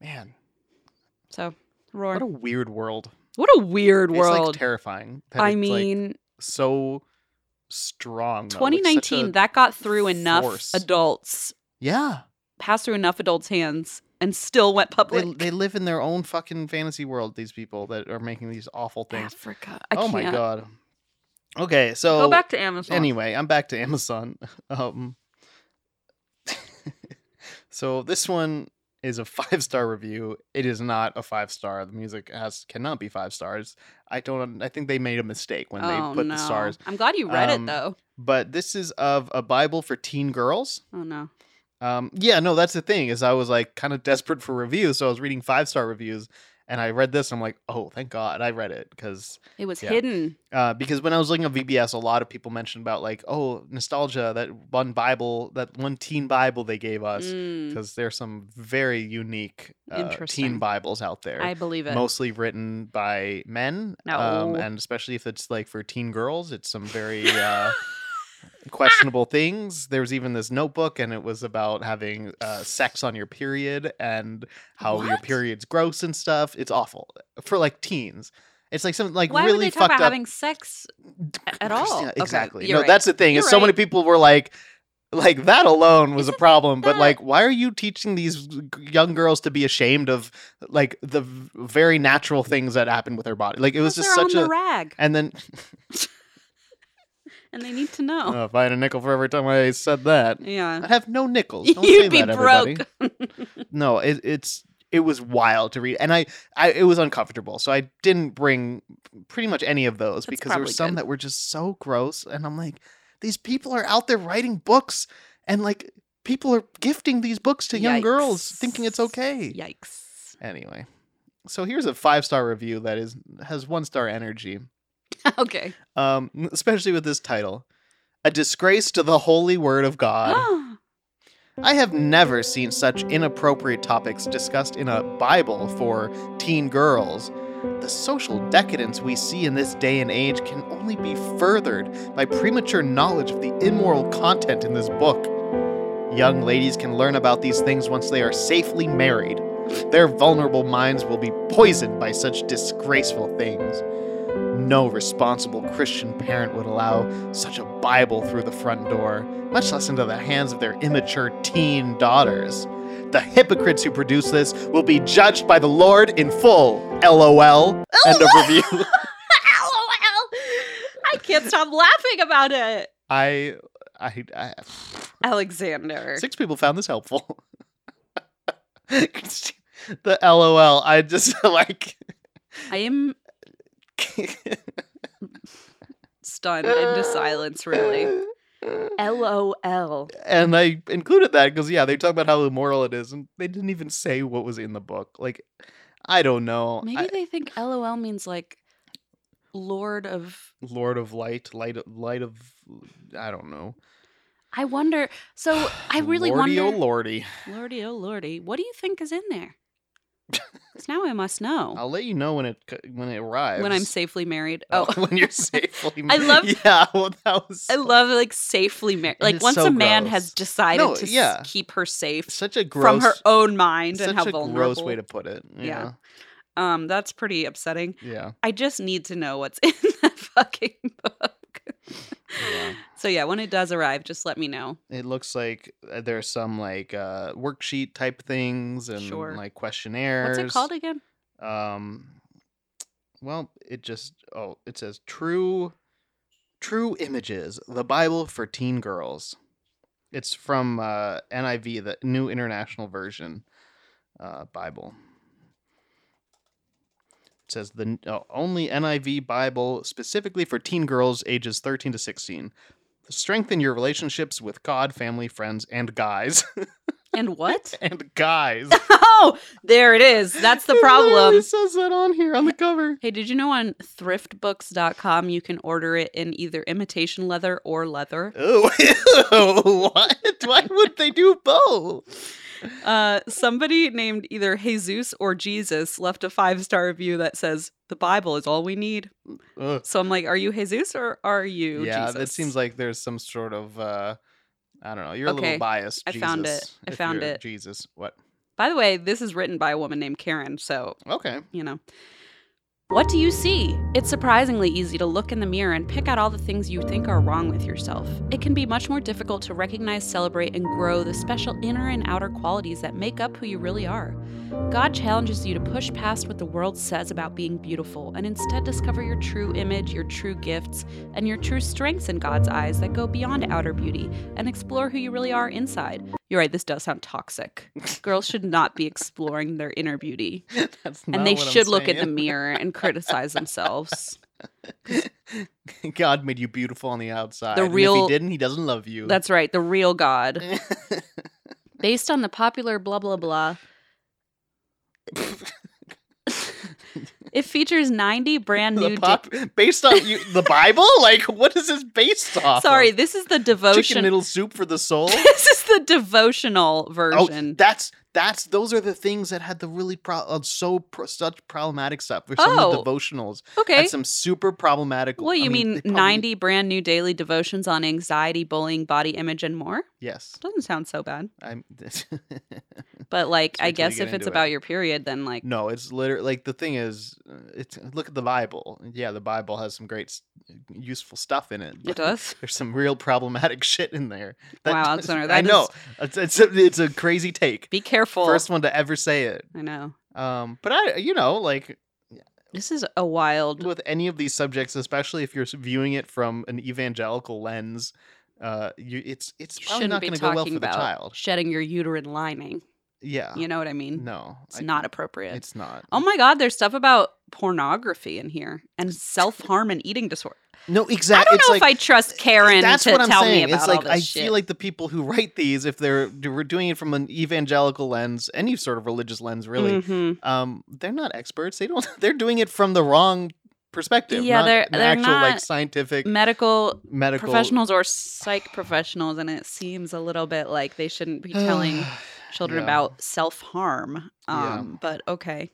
man.
So, roar.
What a weird world.
weird
It's
world.
like terrifying. that
I
it's, like,
mean,
so strong. though. It's such
2019
a-
that got through enough
force.
adults,
yeah.
passed through enough adults' hands, and still went
they,
public.
they live in their own fucking fantasy world. These people that are making these awful things.
Africa. Ah, I
oh
can't.
my god, Okay, so
Go back to Amazon.
anyway, I'm back to Amazon. <laughs> Um, so this one is a five star review. It is not a five star. The music has cannot be five stars. I don't. I think they made a mistake when
oh
they put
no!
the stars.
I'm glad you read
Um,
it though.
But this is of a Bible for teen girls.
Oh no!
Um, yeah, no, that's the thing is I was like kind of desperate for reviews, so I was reading five star reviews, and I read this. And I'm like, oh, thank God, I read it because
It was
yeah.
hidden.
uh, because when I was looking at VBS, a lot of people mentioned about like, oh, nostalgia, that one Bible, that one teen Bible they gave us,
Mm,
because there's some very unique uh, teen
Interesting.
Bibles out there,
I believe it.
mostly written by men, um,
No.
and especially if it's like for teen girls, it's some very
<laughs>
uh, questionable things. There was even this notebook, and it was about having uh, sex on your period and how your
What?
period's gross and stuff. It's awful for like teens. It's like some like
Why
really
would they talk
fucked
about
up
having sex a- at
Christina,
all? Okay,
Exactly.
you're
no,
right.
that's the thing. Is
You're
so many
right.
people were like, like that alone was a
Isn't
problem. But
that-
like, why are you teaching these g- young girls to be ashamed of like the v- very natural things that happen with their body? Like it was
Because
just
they're
such
on
a.
the rag,
and then
and they need to know.
<laughs> Oh, if I had a nickel for every time I said that,
<laughs> yeah,
I'd have no
<laughs>
nickels. Don't say
you'd be
that, everybody.
broke.
no it, it's it was wild to read and I, I it was uncomfortable so i didn't bring pretty much any of those
That's
because there were
probably
some
good.
that were just so gross and i'm like these people are out there writing books and like people are gifting these books to young girls thinking it's
Yikes.
okay
Yikes. <laughs>
anyway so here's a five star review that is has one star energy
Okay.
um especially with this title a disgrace to the holy word of god
<gasps>
I have never seen such inappropriate topics discussed in a Bible for teen girls. The social decadence we see in this day and age can only be furthered by premature knowledge of the immoral content in this book. Young ladies can learn about these things once they are safely married. Their vulnerable minds will be poisoned by such disgraceful things. No responsible Christian parent would allow such a Bible through the front door, much less into the hands of their immature teen daughters. The hypocrites who produce this will be judged by the Lord in full. LOL. End of review.
LOL. I can't
<laughs>
stop laughing about it.
I, I, I,
Alexander.
six people found this helpful. <laughs> the LOL. I just <laughs> like.
I am
<laughs>
stunned into silence, really. LOL.
and I included that because yeah, they talk about how immoral it is, and they didn't even say what was in the book. Like, I don't know.
Maybe
I-
they think LOL means like Lord of.
Lord of Light, Light, of, Light of, I don't know.
I wonder. So
<sighs>
I really
lordy,
wonder.
Oh lordy,
Lordy, oh lordy. What do you think is in
<laughs>
there? Because now I must know
I'll let you know when it c- when it arrives.
Oh. when I'm
<laughs>
safely married. Oh.
when you're safely.
<laughs> I love-
Yeah, well, that was
I love like safely married. Like
is
once
so
a man
gross.
has decided
No,
to s-
yeah.
keep her safe
such a gross
from her own mind
such
and how
a
vulnerable.
gross way to put it. Yeah,
Yeah. um, that's pretty upsetting.
yeah.
I just need to know what's <laughs> in that fucking book.
Yeah.
<laughs> So yeah, when it does arrive, just let me know.
It looks like uh, there's some like uh worksheet type things and
Sure.
like questionnaires.
What's it called again?
Um, well, it just oh, it says true, true images, the Bible for teen girls. It's from uh, NIV, the New International Version uh, Bible. It says the n- uh, only NIV Bible specifically for teen girls ages 13 to 16. Strengthen your relationships with God, family, friends, and guys. <laughs>
And what?
and guys.
<laughs> oh, there it is. That's <laughs>
<laughs>
the
It literally
problem.
says that on here on the cover.
Hey, did you know on thriftbooks.com you can order it in either imitation leather or leather?
Oh, <laughs> what? Why would they do both?
Uh, somebody named either Jesus or Jesus left a five star review that says, The Bible is all we need.
Oh,
So I'm like, Are you Jesus or are you
yeah,
Jesus?
it seems like there's some sort of uh I don't know. You're a
Okay,
little biased.
I found it.
Jesus,
I
if
found
you're
it.
Jesus, what?
By the way, this is written by a woman named Karen, so
Okay. <laughs>
you know. What do you see? It's surprisingly easy to look in the mirror and pick out all the things you think are wrong with yourself. It can be much more difficult to recognize, celebrate, and grow the special inner and outer qualities that make up who you really are. God challenges you to push past what the world says about being beautiful and instead discover your true image, your true gifts, and your true strengths in God's eyes that go beyond outer beauty and explore who you really are inside. You're right, this does sound toxic. Girls should not be exploring their inner beauty,
That's
and
not
they
what I'm
should look in the
saying.
mirror and
<laughs>
criticize themselves.
God made you beautiful on the outside.
The
and if
real-
he didn't, he doesn't love you.
That's right, the real
<laughs>
God. Based on the popular blah
<laughs>
blah blah. it features 90 brand
the
new
pop <laughs> based on you, the
<laughs>
Bible. Like, what is this based off?
Sorry,
of?
this is the
chicken
devotion.
noodle soup for the soul.
<laughs> this is the devotional
oh,
version.
that's that's those are the things that had the really pro- uh, so pro- such problematic stuff. For some of the
Oh,
devotionals,
okay.
had some super problematic.
Well,
I
you mean,
they probably-
90 brand new daily devotions on anxiety, bullying, body image, and more?
Yes,
Doesn't sound so bad.
I'm. <laughs>
But like,
Let's
I
wait till we
guess
get
if it's
into it.
about your period, then like,
No, it's literally like the thing is, uh, it's look at the Bible. Yeah, the Bible has some great, s- useful stuff in it.
it does.
<laughs> There's some real problematic <laughs> shit in there.
Wow,
does-
Alexander,
I
that
know
is-
it's it's a, it's a crazy take.
Be careful.
First one to ever say it.
I know.
Um, but I, you know, like
This is a wild.
with any of these subjects, especially if you're s- viewing it from an evangelical lens, uh, you it's it's
you
probably
shouldn't
not
be
going to
talking
go well for the
about
child.
shedding your uterine lining.
Yeah.
You know what I mean?
No,
Mm. it's
I-
not appropriate.
It's not.
oh my God, there's stuff about pornography in here and self harm and eating disorder.
no,
I
exactly.
don't know if I trust Karen
that's
to
what I'm
tell
saying.
me about
it's like
all this
I
shit.
feel like the people who write these, if they're we're doing it from an evangelical lens, any sort of religious lens, really,
Mhm.
um, they're not experts. They don't. <laughs> They're doing it from the wrong perspective.
Yeah,
not
they're-
an
they're
actual like
not
scientific
medical
medical <sighs>
professionals or psych professionals, and it seems a little bit like they shouldn't
<sighs>
be telling children
Yeah.
about self harm.
Yeah.
Um, But okay,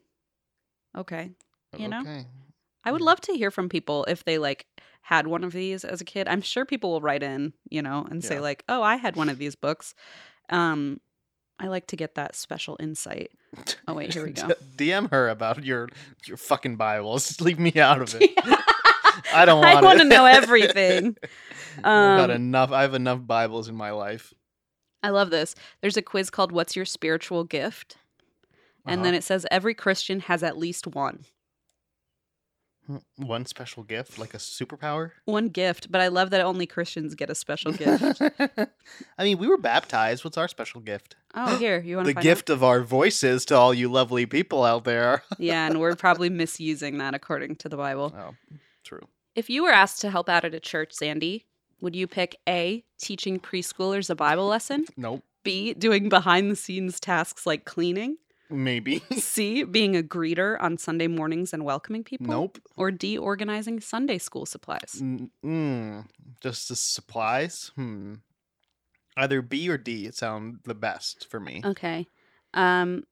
okay. you know?
Okay.
I would
Yeah.
love to hear from people if they like had one of these as a kid. I'm sure people will write in, you know, and say
Yeah.
like, "Oh, I had one of these books." Um, I like to get that special insight. Oh wait,
<laughs>
here we go.
DM her about your your fucking Bibles. <laughs> Just leave me out of
<laughs>
it. I don't want.
<laughs> I want to
it. <laughs>
know everything.
I've got
Um,
enough. I have enough Bibles in my life.
I love this. There's a quiz called "What's Your Spiritual Gift," and then it says every Christian has at least one.
Uh-huh. one special gift, like a superpower.
One gift, but I love that only Christians get a special gift.
<laughs> I mean, we were baptized. What's our special gift?
oh, here you want
The
find
gift of our voices to all you lovely people out there. <laughs>
Out? Yeah, and we're probably misusing that according to the Bible.
Oh, true.
If you were asked to help out at a church, Sandy, would you pick A, teaching preschoolers a Bible lesson?
Nope.
B, doing behind the scenes tasks
<laughs>
like cleaning?
Maybe.
C, being a greeter on Sunday mornings and welcoming people?
nope.
Or D, organizing Sunday school supplies?
Mm, mm. Just the supplies. Hmm. Either B or D sound the best for me.
Okay. Um,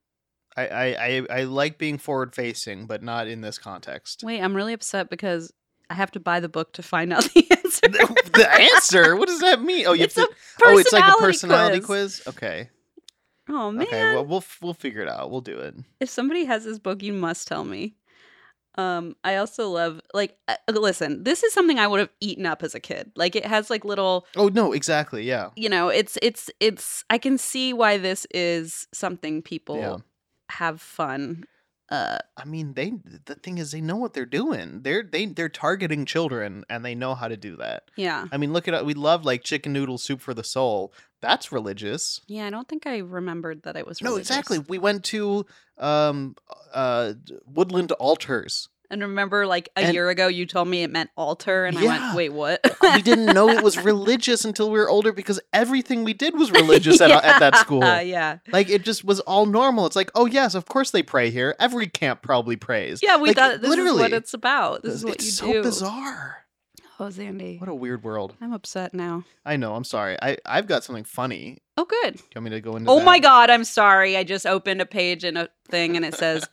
I, I, I, I like being forward facing, but not in this context.
wait, I'm really upset because I have to buy the book to find out <laughs> the
<laughs>
answer.
the the answer? What does that mean? Oh, you
It's
have
a
to. Oh, it's like a personality
personality
quiz. Okay.
Oh, man.
Okay. Well, we'll f- we'll figure it out. We'll do it.
if somebody has this book you must tell me um i also love like uh, listen this is something i would have eaten up as a kid like it has like little
Oh no, exactly. Yeah.
you know it's it's it's i can see why this is something people
Yeah.
have fun uh
I mean, they the thing is they know what they're doing. They're they they're targeting children and they know how to do that.
yeah
I mean, look at we love like chicken noodle soup for the soul. That's religious.
yeah i don't think i remembered that it was
No,
religious.
exactly. We went to um uh woodland altars.
and remember like a
And-
year ago you told me it meant altar and i
Yeah.
went wait what
<laughs> We didn't know it
<laughs>
was religious until we were older because everything we did was religious at, uh, at that school.
Yeah, <laughs> yeah
Like it just was all normal. It's like, oh yes, of course they pray here. Every camp probably prays.
yeah we
Like,
thought this is what it's about this is what
it's
you
so
do
bizarre.
oh zandy
What a weird world.
i'm upset now
I know. I'm sorry. I I've got something funny.
oh good
Do you want me to go into?
Oh
that?
my god, I'm sorry. I just opened a page in a thing and it
<laughs>
says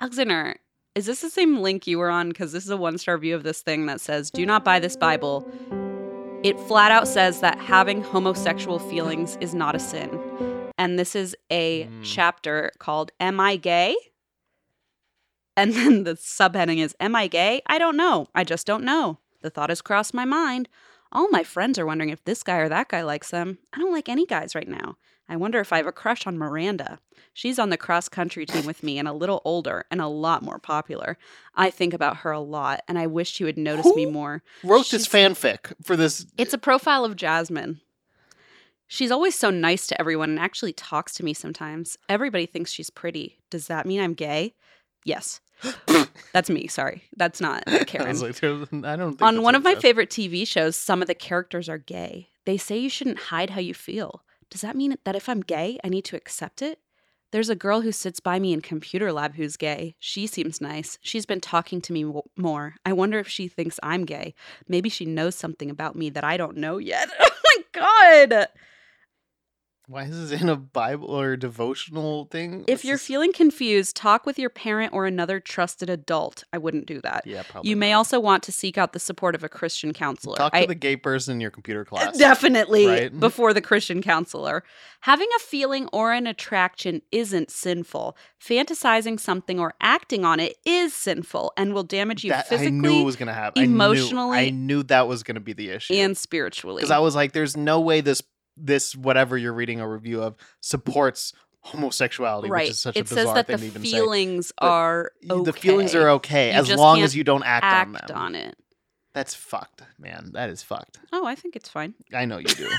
Alexander, is this the same link you were on? Because this is a one star view of this thing that says, Do not buy this Bible. It flat out says that having homosexual feelings is not a sin. And this is a
Mm.
chapter called Am I Gay? And then the subheading is Am I gay? I don't know. I just don't know. The thought has crossed my mind. All my friends are wondering if this guy or that guy likes them. I don't like any guys right now. I wonder if I have a crush on Miranda. She's on the cross country team with me and a little older and a lot more popular. I think about her a lot and I wish she would notice me
Who?
more.
Wrote this
She's-
fanfic for this. <laughs>
It's a profile of Jasmine. She's always so nice to everyone and actually talks to me sometimes. Everybody thinks she's pretty. Does that mean I'm gay? Yes. <gasps> That's me. Sorry. That's not
I,
Karen.
was like, I don't. Think
On
that's
one
what
of my
it says.
favorite TV shows, some of the characters are gay. They say you shouldn't hide how you feel. Does that mean that if I'm gay, I need to accept it? There's a girl who sits by me in computer lab who's gay. She seems nice. She's been talking to me w- more. I wonder if she thinks I'm gay. Maybe she knows something about me that I don't know yet. <laughs> oh my God.
Why is this in a Bible or devotional thing?
If you're
feeling,
feeling confused, talk with your parent or another trusted adult. I wouldn't do that.
yeah, probably
You may
not.
also want to seek out the support of a Christian counselor.
talk to
I- Uh,
the gay person in your computer class.
Definitely
right?
before the Christian counselor. Having a feeling or an attraction isn't sinful. Fantasizing something or acting on it is sinful and will damage you
That- I knew
physically
it was going to happen. I knew-
emotionally,
I knew, that was going to be the issue.
and spiritually.
because I was like, there's no way this this whatever you're reading a review of supports homosexuality,
right.
which is such
it
a bizarre
says that
thing
the
to even
feelings
But
are
say.
okay.
The feelings are okay
You
as
just
long
can't
as you don't act,
Act
on
on,
them.
it.
That's fucked, man. That is fucked.
Oh, I think it's fine. <laughs>
I know you do.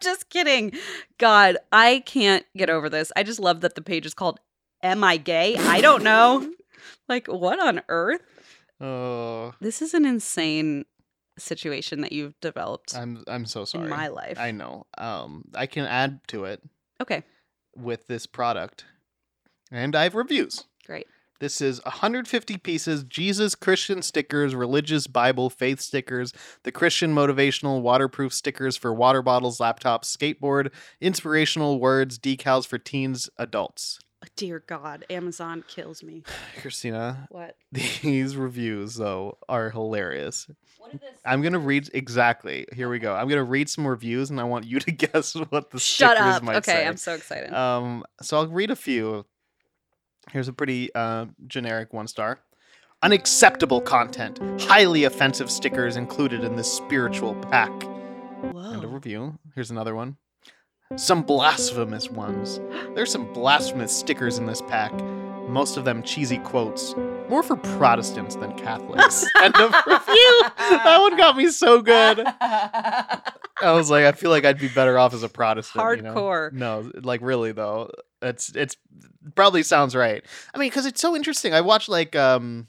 just kidding. God, I can't get over this. I just love that the page is called Am I Gay? I don't know. <laughs> like, what on earth?
oh,
This is an insane situation that you've developed
I'm I'm so sorry.
in my life.
I know. Um, I can add to it
Okay,
with this product, and I have reviews.
great.
This is 150 pieces Jesus, Christian stickers, religious Bible, faith stickers, the Christian motivational waterproof stickers for water bottles, laptops, skateboard, inspirational words, decals for teens, adults.
Oh, Dear God, Amazon kills me.
Christina, <laughs>
What?
these reviews, though, are hilarious. I'm going to read exactly. Here we go. I'm going to read some reviews and I want you to <laughs> guess what the
Shut
stickers
up.
might
Okay,
say.
I'm so excited.
Um, so I'll read a few. Here's a pretty uh, generic one star. Unacceptable content. Highly offensive stickers included in this spiritual pack. And a
Whoa.
review. Here's another one. Some blasphemous ones. There's some blasphemous stickers in this pack. Most of them cheesy quotes. More for Protestants than Catholics. End of review. That one got me so good. I was like, I feel like I'd be better off as a Protestant. you know?
Hardcore.
No, like really though, it's it's probably sounds right. I mean, because it's so interesting. I watch like um,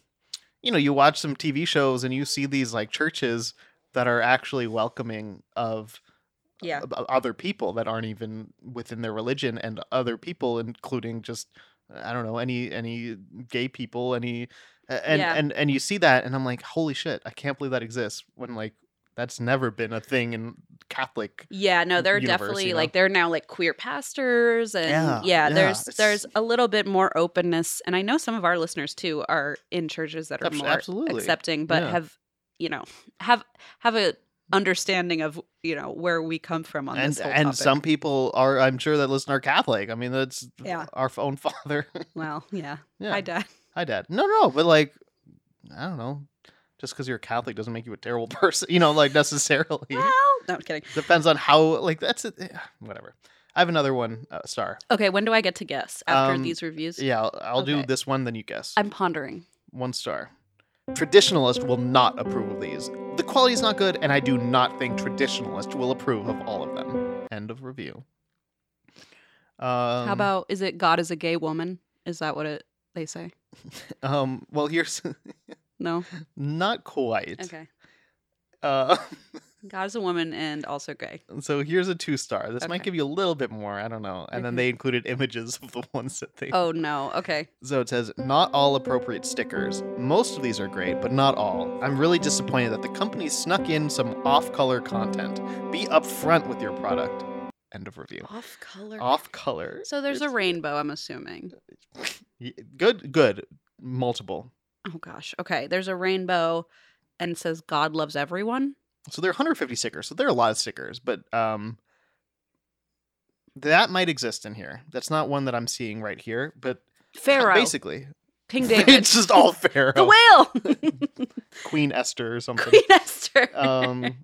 you know, you watch some TV shows and you see these like churches that are actually welcoming of
Yeah.
o- o- other people that aren't even within their religion and other people, including just uh, I don't know any any gay people, any a- and
Yeah.
and and you see that, and I'm like, holy shit, I can't believe that exists. When like that's never been a thing in Catholic
Yeah, no, they're
universe,
definitely
you know?
like they're now like queer pastors and
Yeah,
yeah,
yeah,
there's
it's-
there's a little bit more openness and I know some of our listeners too are in churches that are
Abs-
more
absolutely,
accepting but
yeah.
have you know have have a understanding of you know where we come from on
and
this whole
and
topic.
some people are i'm sure that listen are catholic i mean that's
Yeah.
our own <laughs> father
well yeah,
yeah
hi dad
hi dad no no but like i don't know just because you're catholic doesn't make you a terrible <laughs> person you know like necessarily
well <laughs> no I'm kidding
depends on how like that's it eh, whatever i have another one uh, star
okay when do I get to guess after
Um,
these reviews
yeah i'll, I'll do
Okay.
this one then you guess
I'm pondering
one star traditionalist will not approve of these the quality is not good and i do not think traditionalist will approve of all of them end of review um,
how about is it God is a gay woman is that what it they say
Um, well, here's <laughs>
no
not quite.
okay
Uh, <laughs>
God is a woman and also gay
so here's a two star. This might
Okay.
give you a little bit more. I don't know. And then
Okay.
they included images of the <laughs> ones that they.
oh no okay
So it says, not all appropriate stickers. Most of these are great, but not all. I'm really disappointed that the company snuck in some off color content. Be upfront with your product. End of review.
Off color.
Off color.
So there's a
It's-
rainbow, I'm assuming.
<laughs> Y- Good, good. Multiple.
Oh gosh. Okay. There's a rainbow and it says God loves everyone.
so there are 150 stickers so there are a lot of stickers but um that might exist in here that's not one that i'm seeing right here but
Pharaoh.
basically <laughs>
King <laughs> David.
it's just all pharaoh Uh,
the whale.
<laughs>
<laughs>
queen esther or something <laughs>
<laughs> Queen Esther.
um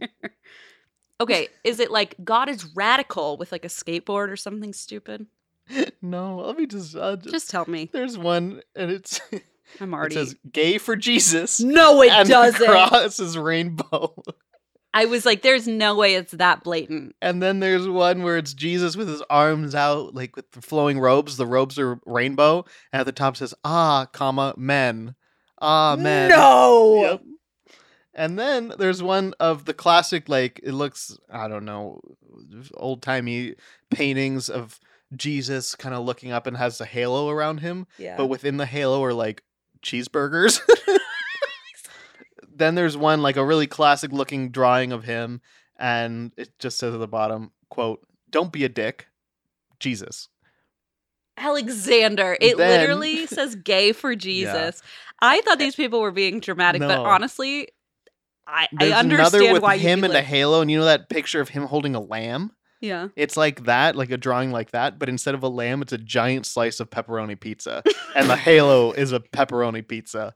Okay, is it like God is radical with like a skateboard or something stupid?
No, let me just, uh, just,
Just tell me.
There's one, and it's <laughs>
I'm
it
already.
says "gay for Jesus."
No, it
and
doesn't.
The cross is rainbow,
I was like, there's no way it's that blatant.
and then there's one where it's Jesus with his arms out, like with the flowing robes. The robes are rainbow, and at the top says "Ah, comma men, ah men."
No.
Yep. And then there's one of the classic, like it looks, I don't know, old timey paintings of Jesus kind of looking up and has a halo around him,
Yeah.
but within the halo are like cheeseburgers.
<laughs>
<laughs> then there's one like a really classic looking drawing of him, and it just says at the bottom, "quote Don't be a dick, Jesus."
Alexander, it
Then- <laughs>
literally says gay for Jesus. I thought these people were being dramatic, but
No.
honestly, I, I
There's another
understand
with
why you'd
him
be
and a
like,
halo, and you know that picture of him holding a lamb.
Yeah.
It's like that, like a drawing like that, but instead of a lamb, it's a giant slice of pepperoni pizza, and
<laughs>
the halo is a pepperoni pizza.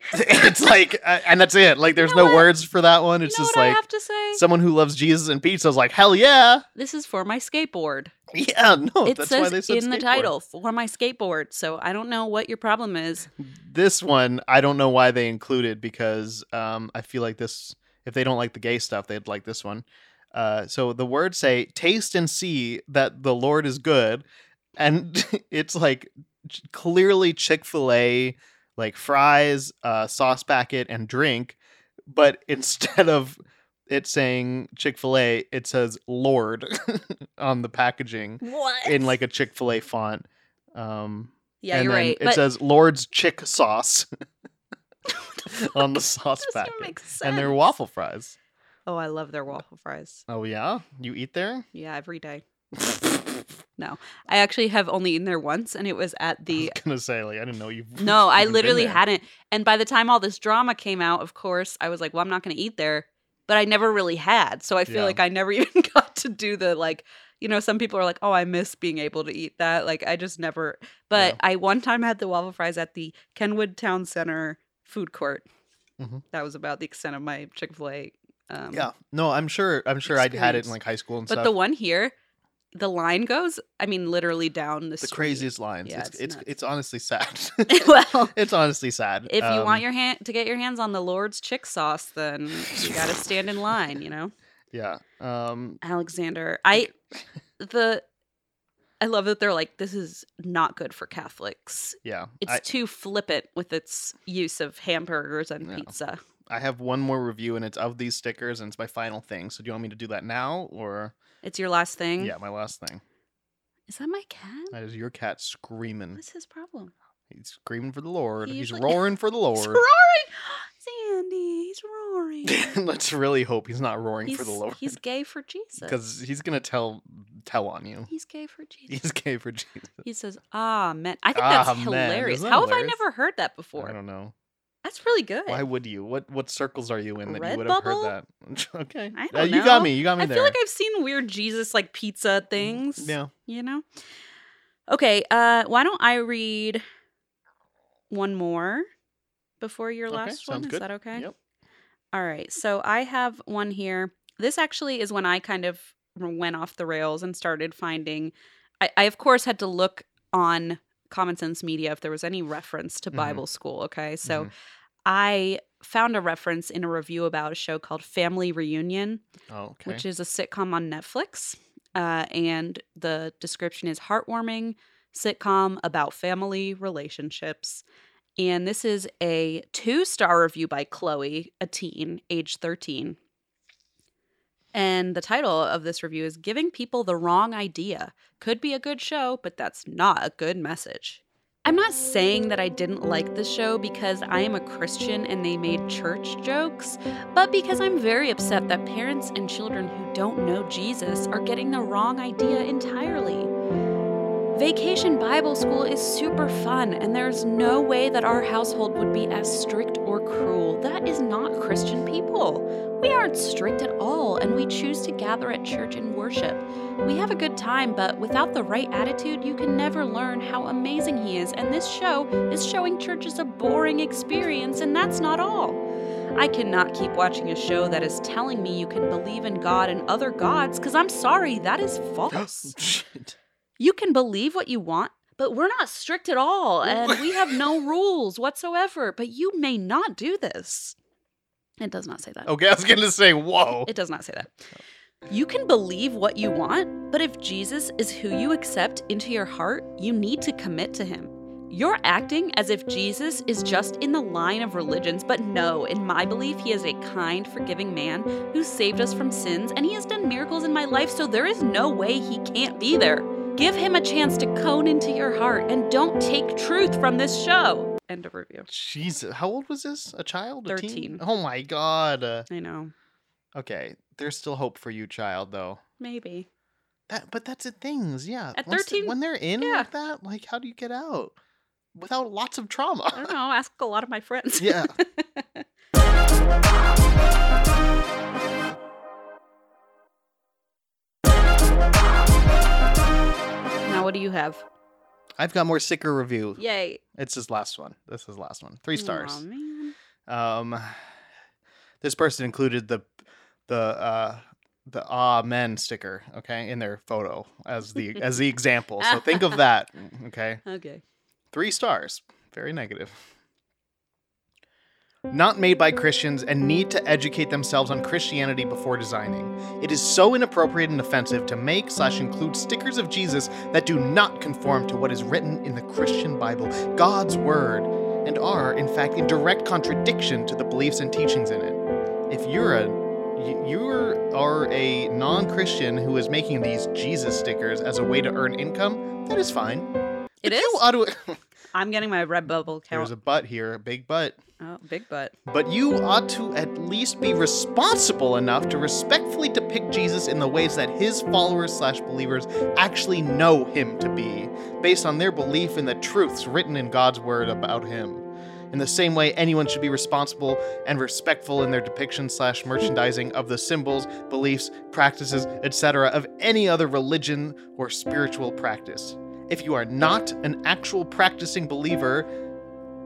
<laughs> it's like, uh, and that's it. Like, there's no
know what?
words for that one. It's
you know
just
what I
like
have to say?
someone who loves Jesus and pizza is like, hell yeah, <laughs>
this is for my skateboard.
yeah. No,
it
Oh, that's
says
why they said
in the
skateboard.
title for my skateboard. So I don't know what your problem is.
This one, I don't know why they included because um, I feel like this. If they don't like the gay stuff, they'd like this one. Uh, so the words say, "Taste and see that the Lord is good," and <laughs> it's like ch- clearly Chick Fil A, like fries, uh, sauce packet, and drink. But <laughs> instead of it saying Chick Fil A, it says Lord <laughs> on the packaging
What?
in like a Chick Fil A font. Um,
yeah,
and
you're
then
right.
It
but
says Lord's Chick
<laughs>
Sauce on the sauce
doesn't
packet.
make
And they're
sense.
waffle fries.
oh, I love their waffle fries.
Oh yeah? You eat there?
Yeah, every day. <laughs> no, I actually have only eaten there once, and it was at the.
I was gonna say, like, I didn't know you
<laughs>
<laughs>
No, I literally hadn't. And by the time all this drama came out, of course, I was like, well, I'm not going to eat there. But I never really had. So I feel
Yeah.
like I never <laughs> even got to do the, like, you know, some people are like, oh, I miss being able to eat that. Like, I just never. But
Yeah.
I one time had the waffle fries at the Kenwood Town Center food court.
Mhm.
That was about the extent of my Chick fil A. Um,
Yeah. No, I'm sure I'm sure I'd had it
Experience.
in like high school and
But
stuff.
the one here, the line goes, I mean, literally down the
the
street.
craziest lines.
Yeah,
it's
it's
it's it's,
nuts.
honestly sad.
<laughs>
<laughs>
well,
it's honestly sad.
If you
Um,
want your hand to get your hands on the Lord's chick sauce, then you got to stand in line, you know.
Yeah. Um
Alexander, I the I love that they're like this is not good for Catholics.
yeah.
It's
I,
too flippant with its use of hamburgers and
Yeah.
pizza.
I have one more review and it's of these stickers and it's my final thing. So do you want me to do that now or
It's your last thing.
yeah, my last thing.
Is that my cat?
That is your cat screaming.
What's his problem?
He's screaming for the Lord.
He
He's
usually-
roaring for the
He's
Lord.
<laughs> roaring. <gasps> Sandy, he's
<laughs>
roaring.
Let's really hope he's not roaring
he's,
for the Lord <laughs>
he's gay for Jesus.
because he's gonna tell tell on you.
He's gay for
<laughs>
Jesus.
He's gay for Jesus.
He says, "Ah, man." I think that's
Amen.
hilarious.
Isn't that
How
hilarious?
have I never heard that
I
before?
don't know.
That's really good.
Why would you? What what circles are you in that you would have heard
Redbubble?
that? <laughs> okay.
I
Uh,
don't
You got
know.
me. You got me
I
there. Mm,
feel like I've seen weird Jesus like pizza things.
Yeah.
You know? Okay, uh why don't I read one more before your
Okay,
last one?
sounds
Is
good.
that okay?
Yep.
All right. So I have one here. This actually is when I kind of went off the rails and started finding I, I of course had to look on Common Sense Media if there was any reference to
Mhm.
Bible school, okay? So
Mhm.
I found a reference in a review about a show called Family Reunion
Oh, okay.
which is a sitcom on Netflix. Uh, and the description is heartwarming sitcom about family relationships. And this is a two star review by Chloe, a teen, age 13. And the title of this review is Giving People the Wrong Idea. Could be a good show, but that's not a good message. I'm not saying that I didn't like the show because I am a Christian and they made church jokes but because I'm very upset that parents and children who don't know Jesus are getting the wrong idea entirely. Vacation Bible school is super fun, and there's no way that our household would be as strict or cruel. That is not Christian people. We aren't strict at all, and we choose to gather at church and worship. We have a good time, but without the right attitude, you can never learn how amazing He is, and this show is showing church is a boring experience, and that's not all. I cannot keep watching a show that is telling me you can believe in God and other gods because I'm sorry, that is false.
<laughs> Shit.
You can believe what you want, but we're not strict at all and we have no rules whatsoever. But you may not do this. It does not say that.
Okay, I was gonna say, whoa.
It does not say that. You can believe what you want, but if Jesus is who you accept into your heart, you need to commit to him. You're acting as if Jesus is just in the line of religions, but no, in my belief, he is a kind, forgiving man who saved us from sins, and he has done miracles in my life, so there is no way he can't be there. Give him a chance to cone into your heart, and don't take truth from this show. End of review.
Jesus, how old was this? A child? A
Thirteen.
teen? Oh my god. Uh,
I know.
okay, there's still hope for you, child. Though.
Maybe.
That, but that's the things, yeah.
At
Once they-
13
when they're in
yeah.
like that, like how do you get out without lots of trauma? <laughs>
I don't know. Oh, Ask a lot of my friends. <laughs>
Yeah.
Now, what do you have?
I've got more sicker review.
Yay.
It's his last one. This is last one. Three stars.
Aw, man.
Um, this person included the the uh, the amen sticker, okay, in their photo as the as
<laughs>
the example. So think of that, okay.
Okay.
Three stars. Very negative. Not made by Christians and need to educate themselves on Christianity before designing. It is so inappropriate and offensive to make slash include stickers of Jesus that do not conform to what is written in the Christian Bible, God's Word, and are, in fact, in direct contradiction to the beliefs and teachings in it. If you're a y- you are a non-Christian who is making these Jesus stickers as a way to earn income, that is fine.
It
But
is?
You ought to- <laughs>
I'm getting my red bubble count.
There's a butt here, a big butt.
oh, big butt.
But you ought to at least be responsible enough to respectfully depict Jesus in the ways that his followers slash believers actually know him to be, based on their belief in the truths written in God's word about him. In the same way, anyone should be responsible and respectful in their depiction slash merchandising of the symbols, beliefs, practices, etc. of any other religion or spiritual practice. If you are not an actual practicing believer,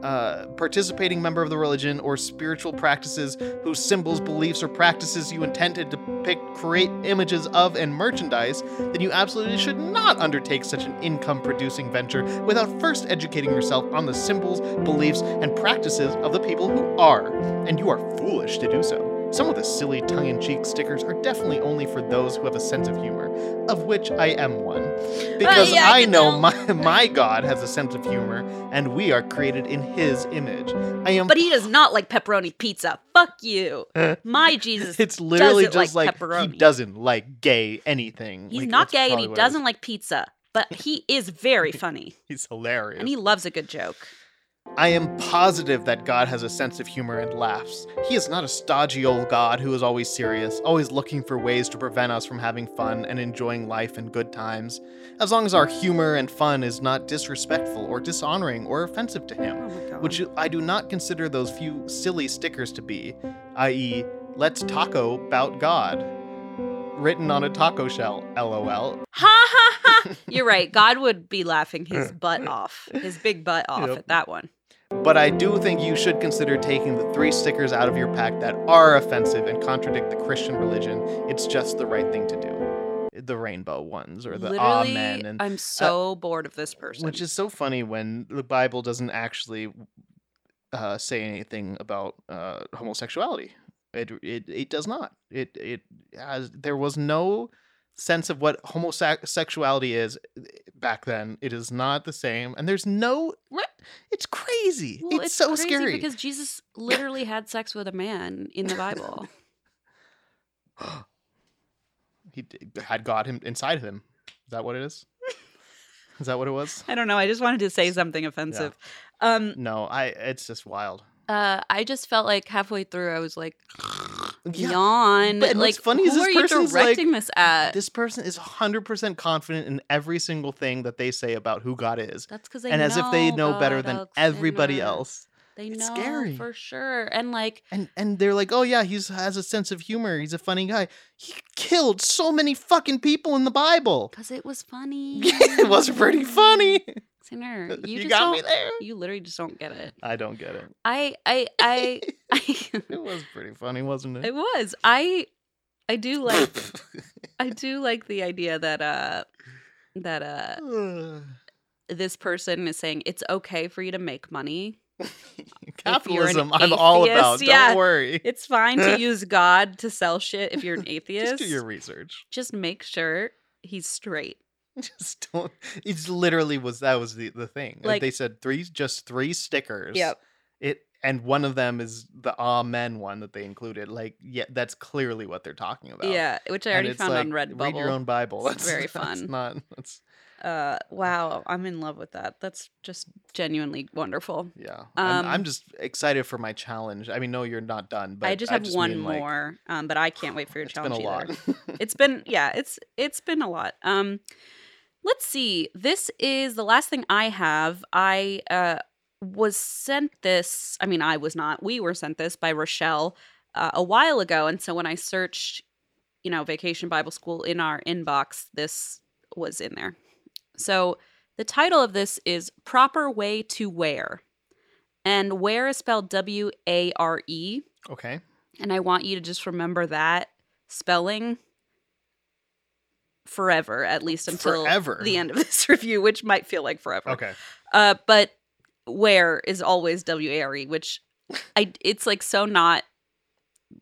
uh, participating member of the religion or spiritual practices whose symbols, beliefs, or practices you intend to depict, create images of, and merchandise, then you absolutely should not undertake such an income producing venture without first educating yourself on the symbols, beliefs, and practices of the people who are. And you are foolish to do so. Some of the silly tongue in cheek stickers are definitely only for those who have a sense of humor, of which I am one. Because
Uh, yeah, I
I
can
know
tell.
my, my God has a sense of humor, and we are created in his image. I am
But he does not like pepperoni pizza. Fuck
<laughs>
you. My Jesus.
it's literally
doesn't
just
like
like,
pepperoni.
he doesn't like gay anything.
He's
Like,
not
that's
gay and
probably
he
what it is.
doesn't like pizza, but he is
<laughs>
very funny
He's hilarious.
and he loves a good joke.
I am positive that God has a sense of humor and laughs. He is not a stodgy old God who is always serious, always looking for ways to prevent us from having fun and enjoying life and good times, as long as our humor and fun is not disrespectful or dishonoring or offensive to Him, which I do not consider those few silly stickers to be, i.e., let's taco about God, written on a taco shell, lol.
Ha ha ha. You're right. God would be
<laughs>
laughing his butt off, his big butt off
Yep.
at that one.
But I do think you should consider taking the three stickers out of your pack that are offensive and contradict the Christian religion. It's just the right thing to do. The rainbow ones or the
Literally,
amen and uh,
I'm so bored of this person.
which is so funny when the Bible doesn't actually uh, say anything about uh, homosexuality. It, it it does not. It it has there was no sense of what homosexuality is eh, back then. It is not the same, and there's no. It's crazy.
Well,
it's, so
crazy
scary.
because Jesus literally had sex with a man in
<laughs>
the Bible.
he d- had God him inside of him. Is that what it is? is that what it was?
I don't know. I just wanted to say something offensive. Um,
No, I. It's just wild.
uh, I just felt like halfway through, I was like,
Yeah.
yawn.
But- and
like,
what's funny is
who
this
are you
person's, like,
directing this at?
this person is 100% confident in every single thing that they say about who God is.
That's because
And as if they know better than everybody else.
They
It's
know
scary.
for sure. And like
And and they're like, oh yeah, he's has a sense of humor. He's a funny guy. He killed so many fucking people in the Bible. <laughs>
Cause it was funny.
it was pretty funny.
Sinner,
<laughs> You,
you, just
got
don't,
me there.
You literally just don't get it.
I don't get it.
I, I, I, <laughs> I
<laughs> It was pretty funny, wasn't it?
it was. I, I do like, I do like the idea that, uh, that,
<sighs>
uh, <laughs> this person is saying it's okay for you to make money.
<laughs> Capitalism, I'm all about.
atheist, yeah.
Don't worry.
It's
<laughs>
fine to use God to sell shit if you're an atheist.
Just do your research. <laughs>
Just make sure he's straight.
Just don't. It's literally was that was the the thing. Like,
Like-
they said three, just three stickers. It and one of them is the Amen one that they included. Like, yeah, that's clearly what they're talking about.
Yeah, which I
And
already
it's
found
like,
on
Read
Redbubble.
your own Bible. <laughs>
It's very
That's
fun.
not. That's
Uh, wow, I'm in love with that. That's just genuinely wonderful.
yeah. I'm, I'm
Um,
just excited for my challenge. I mean, no, you're not done. But
I just have one
mean, like,
more, um, but I can't wait for
<sighs>
your
it's
challenge
been a
either.
lot. <laughs>
it's been yeah, it's it's been a lot. Um, let's see. This is the last thing I have. I uh was sent this. I mean, I was not. We were sent this by Rochelle uh, a while ago, and so when I searched, you know, Vacation Bible School in our inbox, this was in there. So the title of this is "Proper Way to Wear," and "wear" is spelled W A R E.
okay.
And I want you to just remember that spelling forever, at least until
Forever.
the end of <laughs> this review, which might feel like forever. <laughs>
Okay.
Uh, but where is always W A R E, which I it's like so not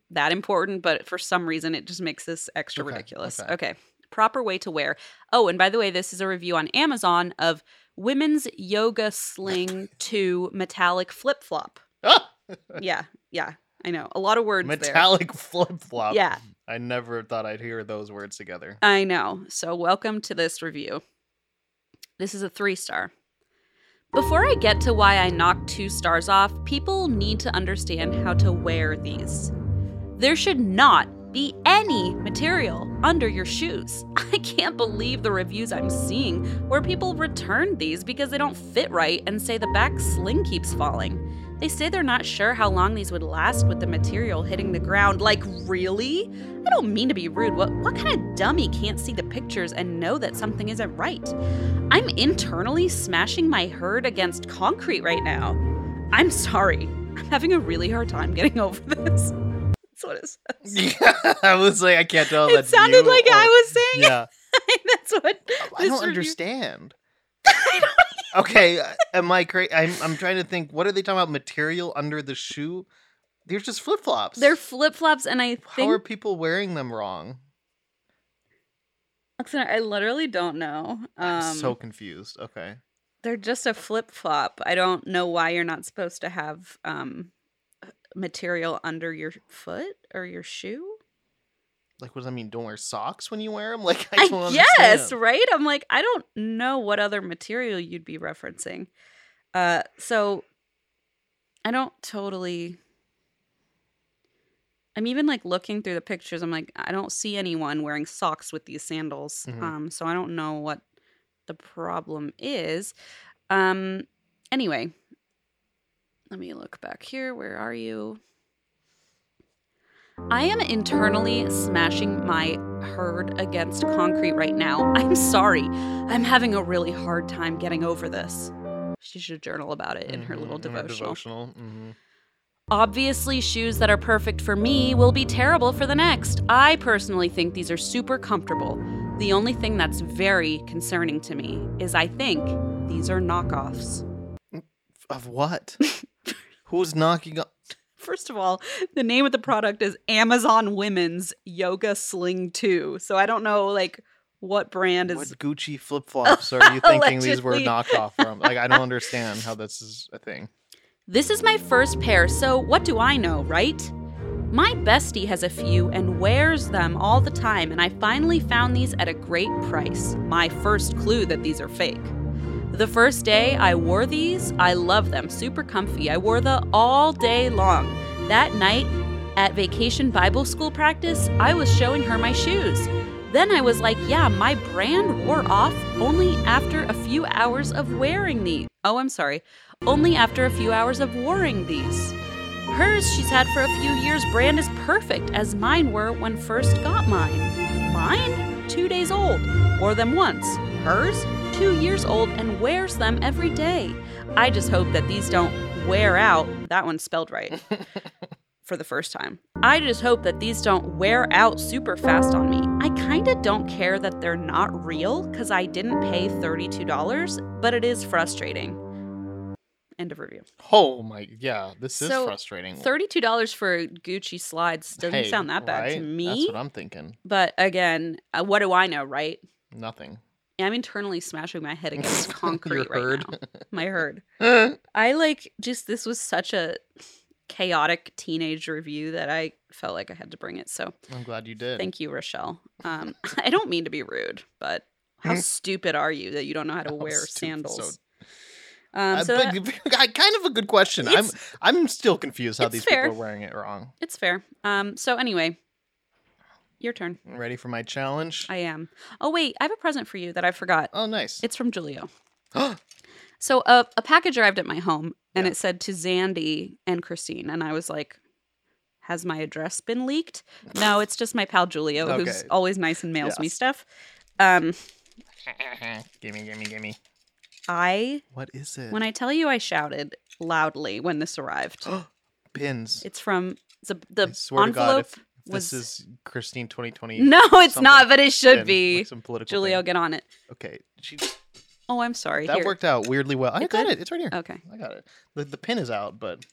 that important, but for some reason it just makes this extra
Okay,
ridiculous.
okay.
Okay. Proper way to wear. Oh, and by the way, this is a review on Amazon of women's
<laughs>
yoga sling to metallic flip flop.
Ah!
Yeah, yeah. I know. A lot of words there.
Metallic <laughs> flip flop.
Yeah.
I never thought I'd hear those words together.
I know. So, welcome to this review. This is a three star. Before I get to why I knocked two stars off, people need to understand how to wear these. There should not be any material under your shoes. <laughs> I can't believe the reviews I'm seeing where people return these because they don't fit right and say the back sling keeps falling. They say they're not sure how long these would last with the material hitting the ground. Like, really? I don't mean to be rude. What, what kind of dummy can't see the pictures and know that something isn't right? I'm internally smashing my herd against concrete right now. I'm sorry. I'm having a really hard time getting <laughs> over this. That's what it says.
Yeah, <laughs> I was like, I can't tell. if
It
that's
sounded
you
like
or-
I was saying
<laughs>
<laughs>
Yeah,
it. That's what.
I
this
don't
review- <laughs>
understand. okay, uh, am I crazy? I'm I'm trying to think. What are they talking about? Material under the shoe? They're just flip flops.
They're flip flops, and I
How are
think
people wearing them wrong?
Alexander, I literally don't know.
I'm
Um,
so confused. Okay,
they're just a flip flop. I don't know why you're not supposed to have um, material under your foot or your shoe.
like what does that mean? Don't wear socks when you wear them. <laughs> Like I
I
don't
guess,
understand.
right? I'm like, I don't know what other material you'd be referencing. Uh, so I don't totally. I'm even like looking through the pictures. I'm like, I don't see anyone wearing socks with these sandals.
Mhm.
Um, so I don't know what the problem is. Um, anyway, let me look back here. Where are you? I am internally smashing my herd against concrete right now. <laughs> I'm sorry. I'm having a really hard time getting over this. She should journal about it in her
Mhm,
little
in her devotional.
devotional.
mhm.
Obviously, shoes that are perfect for me will be terrible for the next. I personally think these are super comfortable. The only thing that's very concerning to me is I think these are knockoffs. <laughs>
Of what? Who's knocking up?
First of all, the name of the product is Amazon Women's Yoga Sling 2. So I don't know like what brand
What
is
Gucci flip flops
<laughs>
are you thinking these were
Allegedly.
knockoff from? Like, I don't understand how this is a thing.
This is my first pair, so what do I know, right? My bestie has a few and wears them all the time, and I finally found these at a great price. My first clue that these are fake. The first day I wore these, I love them, super comfy. I wore them all day long. That night at vacation Bible school practice, I was showing her my shoes. Then I was like, yeah, my brand wore off only after a few hours of wearing these. Oh, I'm sorry. Only after a few hours of wearing these. Hers she's had for a few years brand is perfect as mine were when first got mine. Mine? Two days old. Wore them once. Hers? Two years old and wears them every day. I just hope that these don't wear out. That one's spelled right for the first time. I just hope that these don't wear out super fast on me. I kinda don't care that they're not real because I didn't pay $32, but it is frustrating. End of review.
Oh my, yeah, this is
So,
frustrating.
Thirty-two dollars for Gucci slides doesn't
Hey,
sound that bad
right?
to
That's
me.
what I'm thinking.
But again, uh, what do I know, right?
Nothing.
I'm internally smashing my
<laughs>
head against concrete right
herd.
now.
<laughs>
My herd. I like just this was such a chaotic teenage review that I felt like I had to bring it. So
I'm glad you did.
thank you, Rochelle. Um, <laughs> I don't mean to be rude, but
<laughs>
how stupid are you that you don't know how to
How
wear
stupid, so-
sandals? um,
Uh,
so that-
but- <laughs> kind of a good question. I'm I'm still confused how
it's
these
fair.
people are wearing it wrong.
it's fair. Um, so anyway, your turn.
Ready for my challenge?
I am. Oh wait, I have a present for you that I forgot.
oh, nice.
It's
<gasps>
from Julio. so a, a package arrived at my home and it said to Zandy and Christine. And I was like, has my address been leaked?
<laughs>
No, it's just my pal Julio, who's
Okay.
always nice and mails
Yeah.
me stuff. Um,
Eh, gimme, gimme, gimme.
I,
What is it?
when I tell you I shouted loudly when
<gasps>
this arrived,
pins.
it's from the, the
I swear to God,
envelope
if, if
was.
this is Christine 2020.
<laughs> no, it's
something,
not, but it should
then,
be.
like, some political
Julio,
thing.
get on it.
Okay, she,
Oh, I'm sorry.
that
Here.
worked out weirdly well. I
It
got
did? Oh.
it. It's right here.
Okay.
I got it. The, the pin is out, but.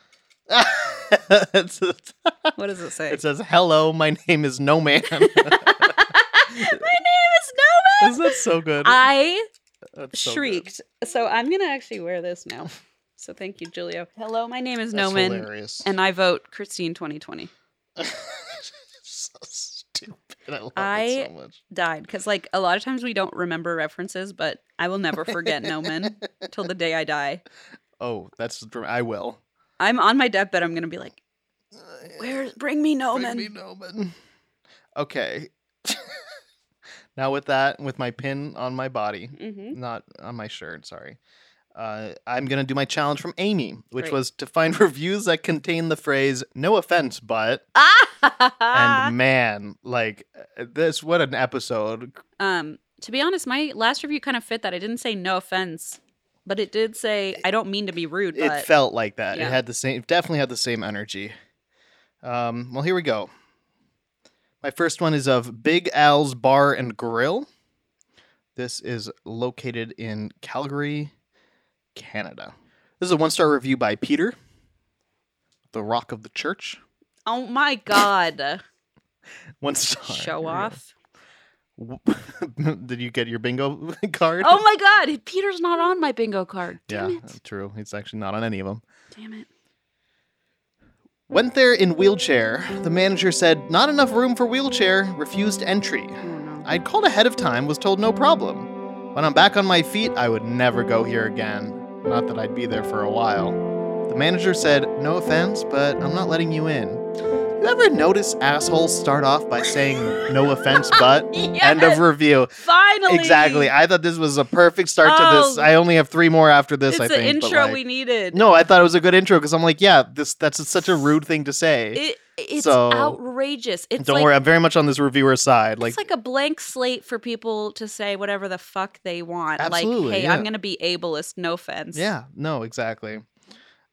<laughs> It's- it's-
What does it say?
it says, "Hello, my name is No Man." <laughs>
my name is Nova.
Isn't that so good?
<laughs> I
That's so good.
shrieked. So I'm gonna actually wear this now. So thank you, Julio. Hello, my name is
That's
Noman,
hilarious. <laughs>
and I vote Christine 2020.
so stupid. I love
I-
it so much.
Died because like a lot of times we don't remember references, but I will never
<laughs>
forget Noman till the day I die.
Oh, that's dr- I will.
I'm on my deathbed. I'm gonna be like, where? Bring me Noman.
Bring me Noman. Okay. <laughs> now with that, with my pin on my body,
hmm
not on my shirt. Sorry. Uh, I'm gonna do my challenge from Amy, which
Great.
was to find <laughs> reviews that contain the phrase "no offense, but"
<laughs>
and man, like uh, this. What an episode!
um, to be honest, my last review kind of fit that. I didn't say no offense, but it did say I don't mean to be rude.
it
But
felt like that.
yeah.
It had the same, it definitely had the same energy. Um, well, here we go. My first one is of Big Al's Bar and Grill. This is located in Calgary, Canada. This is a one star review by Peter, the Rock of the Church.
oh
<laughs>
my god,
One star.
show off.
<laughs> Did you get your bingo <laughs> card?
<laughs> Oh my god, Peter's not on my bingo card. Damn
yeah,
it.
true. It's actually not on any of them.
Damn it.
Went there in wheelchair. The manager said, Not enough room for wheelchair, refused entry. I'd called ahead of time, was told no problem. When I'm back on my feet, I would never go here again. Not that I'd be there for a while. The manager said, No offense, but I'm not letting you in. You ever notice assholes start off by saying, No
<laughs>
offense, but? End of review.
Finally.
Exactly. I thought this was a perfect start to this.
Oh.
I only have three more after this,
it's
I
the
think. but,
intro
like-
we
<laughs>
needed.
no, I thought it was a good intro because I'm like, yeah, this that's such a rude thing to say.
It, it's
So-
outrageous. It's
Don't
like,
worry, I'm very much on this reviewer side. Like,
it's like a blank slate for people to say whatever the fuck they want.
Absolutely,
like, hey,
yeah.
I'm gonna be ableist, no offense.
yeah, no, exactly.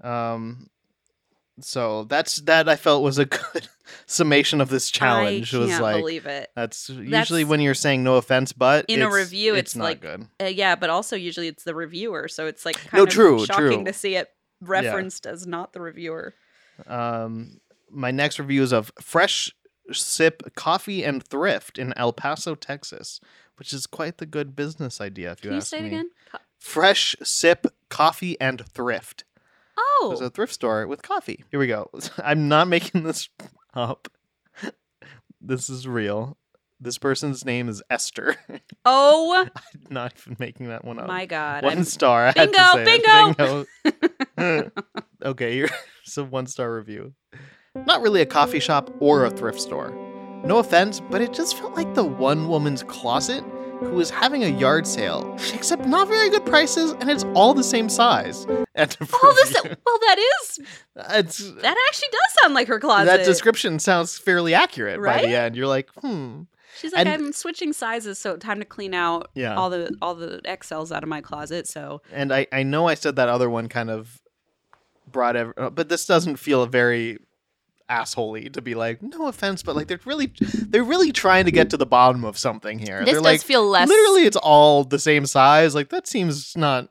Um, so that's that. I felt was a <laughs> good summation of this challenge.
I
was
can't
like
believe it.
that's usually
That's-
when you're saying no offense, but
In a
it's-
review,
it's,
it's
not
like-
good.
Uh, yeah, but also usually it's the reviewer, so it's like kind
No,
of
true,
shocking
true.
to see it referenced as not the reviewer.
Um, my next review is of Fresh Sip Coffee and Thrift in El Paso, Texas, which is quite the good business idea. If you
Can you
ask
say it
me.
again? Co-
Fresh Sip Coffee and Thrift. There's
Oh,
a thrift store with coffee. Here we go. <laughs> I'm not making this <laughs> up. This is real. This person's name is Esther. <laughs>
oh
not even making that one up.
my god!
one
I'm
star. I had to
Bingo,
say it. Bingo.
<laughs>
<laughs> okay, here- so one star review. Not really a coffee shop or a thrift store. No offense, but it just felt like the one woman's closet who was having a yard sale, except not very good prices, and it's all the same size. And
All this,
<laughs>
well, that is
it's,
that actually does sound like her closet.
that description sounds fairly accurate by
Right?
the end. You're like, hmm,
She's like,
and-
I'm switching sizes, so time to clean out
yeah.
all the all the XLs out of my closet. So
and I, I know I said that other one kind of brought ev- uh, but this doesn't feel very assholey to be like no offense but like they're really they're really trying to get to the bottom of something here
this
they're
does
like
feel less.
literally it's all the same size like that seems not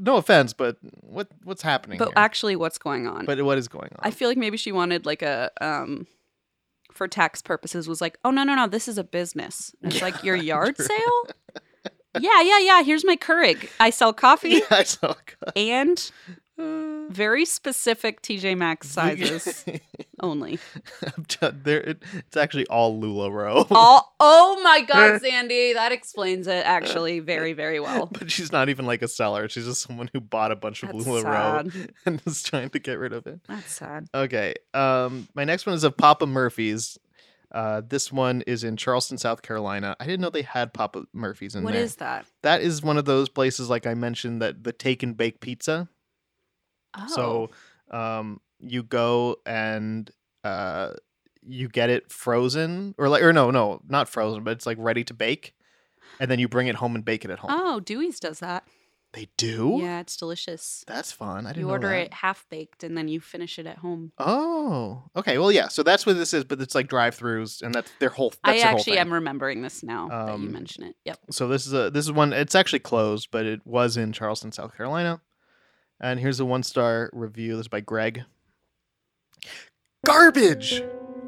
no offense but what what's happening
but
here?
actually, what's going on?
but what is going <laughs> on
I feel like maybe she wanted like a um for tax purposes was like, oh no no no, this is a business. And
<laughs>
it's like your yard
true.
sale. yeah yeah yeah. Here's my Keurig. I sell coffee
Yeah, Uh. I saw it.
and very specific TJ Maxx
<laughs>
sizes only.
I'm t- there it, it's actually all lularoe
All, oh my God, Sandy, that explains it
<laughs>
actually very very well.
<laughs> but she's not even like a seller she's just someone who bought a bunch of
That's
lularoe <laughs> and is trying to get rid of it
That's sad.
Okay. Um, my next one is of Papa Murphy's. Uh, this one is in Charleston, South Carolina. I didn't know they had Papa Murphy's in
What
there.
is that?
that? Is one of those places, like I mentioned, that the take and bake pizza.
Oh,
So um, you go and uh, you get it frozen, or like, or no, no, not frozen, but it's like ready to bake, and then you bring it home and bake it at home.
oh, Dewey's does that.
They do.
Yeah, it's delicious.
That's fun. I didn't
You
know
order
that.
it half baked and then you finish it at home.
Oh, okay. Well, yeah. So that's what this is, but it's like drive-throughs, and that's their whole. That's
I
their whole
actually
thing.
am remembering this now that you
Um,
mention it.
<laughs>
Yep.
So this is a this is one. It's actually closed, but it was in Charleston, South Carolina. And here's a one-star review. This is by Greg. Garbage.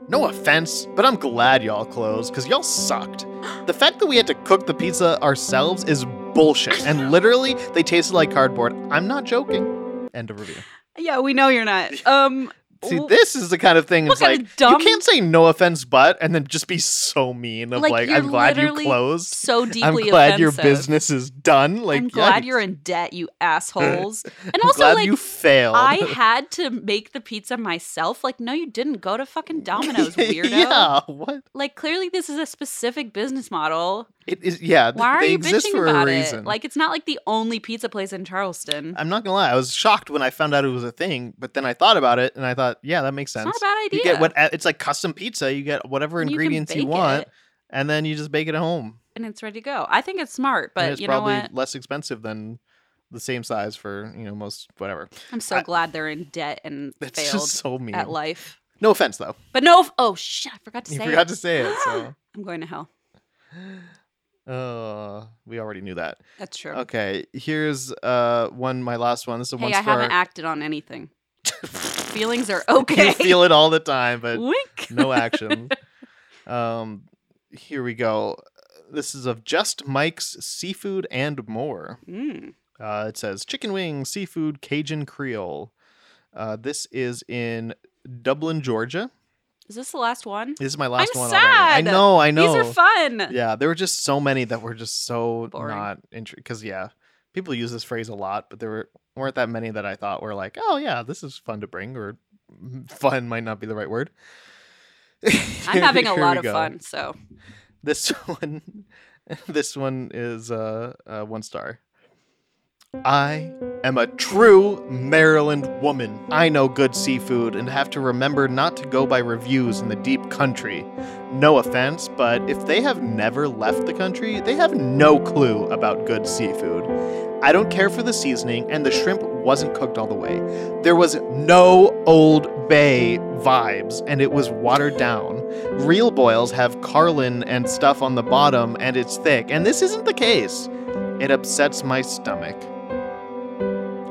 No offense, but I'm glad y'all closed because y'all sucked. The fact that we had to cook the pizza ourselves is bullshit, and literally they tasted like cardboard. I'm not joking. End of review.
Yeah, we know you're <laughs> not. Um,
See,
w-
this is the kind of thing.
What
It's
kind
like
of dumb-
you can't say no offense, but and then just be so mean of like,
Like, you're
I'm glad you
literally
closed.
so deeply.
I'm glad
offensive.
your business is done. Like,
I'm
yeah,
glad
you-
you're in
<laughs>
debt, you assholes. And
I'm
also,
glad
like,
you failed. <laughs>
I had to make the pizza myself. Like, no, you didn't. Go to fucking Domino's,
<laughs>
weirdo.
yeah, what
Like, clearly, this is a specific business model.
it is? Yeah, th-
Why are
they
you
exist
bitching
for
about
a reason.
it? Like, it's not like the only pizza place in Charleston.
I'm not gonna lie, I was shocked when I found out it was a thing. But then I thought about it, and I thought, yeah, that makes sense.
it's not a bad idea.
You get what it's like custom pizza. You get whatever
And you can
ingredients you,
bake
want,
it,
and then you just bake it at home.
and it's ready to go. I think it's smart,
and
but
it's
you know
probably
what?
less expensive than the same size for you know most whatever.
I'm so
I-
glad they're in debt and
That's
failed
just so mean.
at life.
No offense though. <laughs>
But no, oh shit, I forgot to
you
say.
forgot
it.
to say it,
<laughs>
so
<gasps> I'm going to hell.
uh, we already knew that.
That's true.
Okay, here's uh one my last one. This is a one
Hey, I
star.
haven't acted on anything. Feelings are
<laughs>
okay. <laughs>
You feel it all the time, but
Wink. <laughs>
no action. um, here we go. This is of Just Mike's Seafood and More.
Mm.
Uh, it says chicken wings, seafood, Cajun Creole. Uh, this is in Dublin, Georgia.
Is this the last one?
This is my last
I'm
one. Already.
sad.
I know. I know.
These are fun.
Yeah, there were just so many that were just so
Boring.
not interesting. Because yeah, people use this phrase a lot, but there were weren't that many that I thought were like, oh yeah, this is fun to bring, or mm, fun might not be the right word.
<laughs> I'm having
<laughs>
a
Here
lot
we
of
go.
fun. So
This <laughs> one, this one is uh, uh, one star. I am a true Maryland woman. I know good seafood and have to remember not to go by reviews in the deep country. No offense, but if they have never left the country, they have no clue about good seafood. I don't care for the seasoning, and the shrimp wasn't cooked all the way. There was no Old Bay vibes, and it was watered down. Real boils have carlin and stuff on the bottom, and it's thick, and this isn't the case. It upsets my stomach.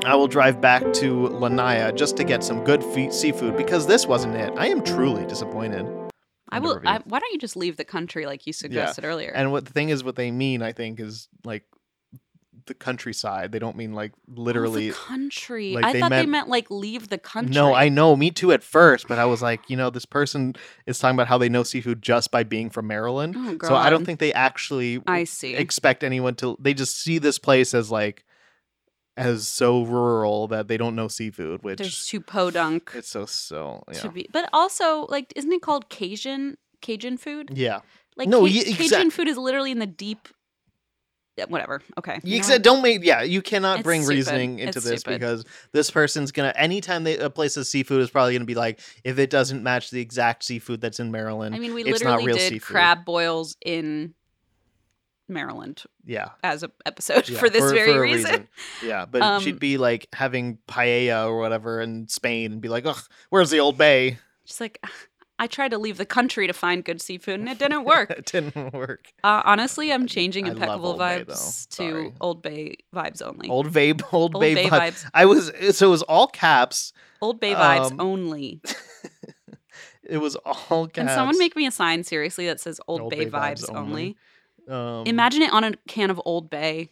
I will drive back to Lanaya just to get some good fe- seafood because this wasn't it. I am truly disappointed.
I
End of
will.
review.
I, why don't you just leave the country like you suggested earlier?
And what the thing is, what they mean, I think, is like the countryside. They don't mean like
Oh, the
literally.
country.
like,
I
they
thought they
meant-
meant like leave the country.
No, I know. Me too at first, but I was like, you know, this person is talking about how they know seafood just by being from Maryland.
Oh,
so I don't
God.
think they actually
I see.
expect anyone to. They just see this place as like as so rural that they don't know seafood, which
There's too podunk
it's so so. Yeah.
to be. But also, like, isn't it called Cajun? Cajun food.
Yeah.
Like
No,
Ca-
ye-
Cajun
exact-
food is literally in the deep. Yeah, Whatever. Okay. You know
Except
what?
don't make yeah. You cannot
It's
bring
stupid.
reasoning into
It's
this
stupid.
because this person's gonna anytime they a place has seafood is probably gonna be like if it doesn't match the exact seafood that's in Maryland.
I mean, we
it's not
literally
real
did
seafood.
crab boils in Maryland
yeah,
as an episode
yeah,
for this very
a
reason.
Yeah, but
Um,
she'd be like having paella or whatever in Spain and be like, ugh, where's the old bay?
She's like, <laughs> I tried to leave the country to find good seafood
<laughs>
and it didn't work.
it didn't work.
Uh, honestly, I'm changing
I love
impeccable
Old Bay, though.
vibes
Sorry.
to Old Bay vibes only.
Old Bay, old,
Old
bay,
Bay
vibe.
vibes.
I was so it was all caps. <laughs>
Old Bay vibes
um,
only.
It was all caps.
Can someone make me a sign seriously that says Old, Bay, vibes, only?
um,
Imagine it on a can of Old Bay.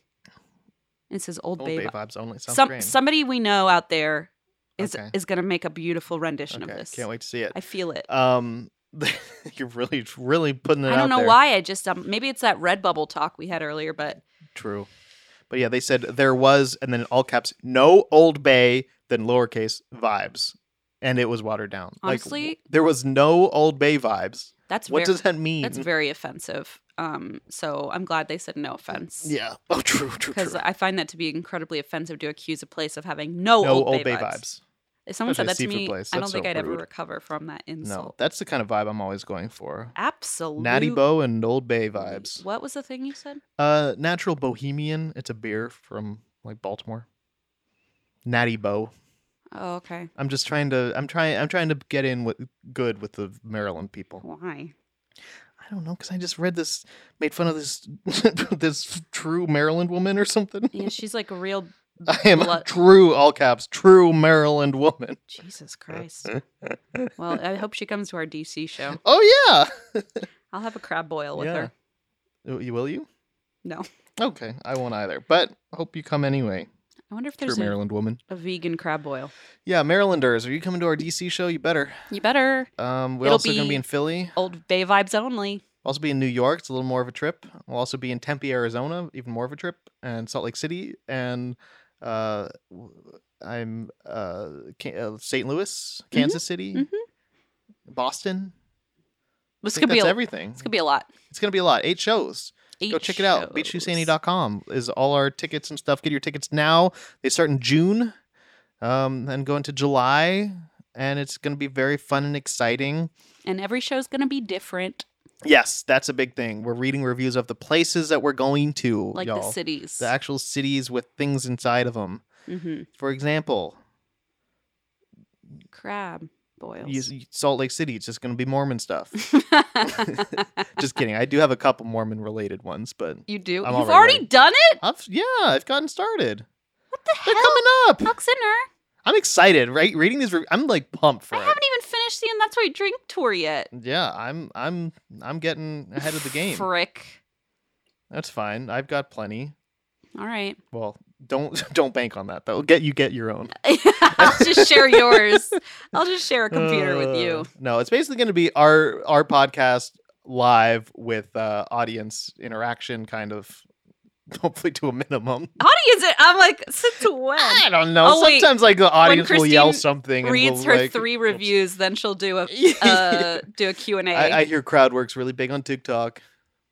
It says Old,
Old
Bay,
Bay
vi-
vibes only. Sounds
Some
great.
somebody we know out there is
Okay.
is gonna make a beautiful rendition
okay,
of this.
Can't wait to see it.
I feel it.
Um, <laughs> you're really, really putting it out
I don't know
there.
why. I just um, maybe it's that red bubble talk we had earlier, but
True. But yeah, they said there was, and then in all caps, no Old Bay, then lowercase vibes. And it was watered down. Like, w-
Honestly-
there was no Old Bay vibes.
that's
what
very,
does that mean?
that's very offensive. Um, so I'm glad they said no offense.
yeah. <laughs> Oh, true, true,
Because
true.
I find that to be incredibly offensive to accuse a place of having no,
no
Old, Bay, vibes. If someone said that
Especially a
to
seafood
me,
place.
I don't
That's
think
so
I'd ever
rude.
recover from that
No,
insult.
that's the kind of vibe I'm always going for.
Absolutely.
Natty Bow and Old Bay vibes.
What was the thing you said?
Uh, Natural Bohemian. It's a beer from like Baltimore. Natty Bow.
Oh, okay.
I'm just trying to. I'm trying. I'm trying to get in with good with the Maryland people.
Why?
I don't know because I just read this, made fun of this <laughs> this true Maryland woman or
<laughs>
something.
Yeah, she's like a real.
I am a
Blood-
true all caps true Maryland woman.
Jesus Christ. Well, I hope she comes to our DC show.
<laughs> Oh yeah,
I'll have a crab boil with
Yeah.
her.
Uh, you will you?
No.
Okay, I won't either. But hope you come anyway,
I wonder if there's
true
a,
Maryland woman.
a vegan crab boil.
Yeah, Marylanders, are you coming to our DC show? You better.
You better.
Um, we're
It'll
also gonna
be-
be in Philly.
Old Bay vibes only.
We'll also be in New York. It's a little more of a trip. We'll also be in Tempe, Arizona, even more of a trip, and Salt Lake City, and uh, w- I'm uh, Ca- uh, St. Louis,
Mm-hmm.
Kansas City, Boston. I
This
think
could be
that's
a,
everything.
Mm-hmm. It's gonna be a lot.
It's gonna be a lot. Eight shows.
Eight
Go check it out.
shows.
BeachUsani.com is all our tickets and stuff. Get your tickets now. They start in June, um, and go into July, and it's gonna be very fun and exciting.
And every show's gonna be different,
Yes, that's a big thing. We're reading reviews of the places that we're going to,
like
y'all.
the cities.
the actual cities with things inside of them.
hmm
For example,
Crab boils.
you, <laughs> you- Salt Lake City, it's just going to be Mormon stuff. just kidding. I do have a couple Mormon related ones, but
<laughs> you do.
I'm
You've
already
already
ready.
done it,
I've, yeah, I've gotten started. What
the
They're
hell?
coming up.
Oxiner.
I'm excited, right? Reading these, re- I'm like pumped for
I
it.
haven't even finished the and that's why you drink tour yet.
Yeah, I'm, I'm, I'm getting ahead
<sighs>
of the game.
Frick.
That's fine. I've got plenty.
All right. <laughs>
Well, don't, <laughs> don't bank on that though. Get you get your own.
I'll just share yours. I'll just share a computer with
Uh,
you.
No, it's basically going to be our our podcast live with uh, audience interaction, kind of. Hopefully, to a minimum.
<laughs> Audience, I'm like, <laughs> since when?
I don't know.
Um, Oh, wait.
Sometimes, like the audience will yell
Christine
something. and
Reads
we'll,
her
like-
three reviews, then she'll
<laughs>
do a uh,
I,
do a Q and A.
I hear crowd work's really big on TikTok.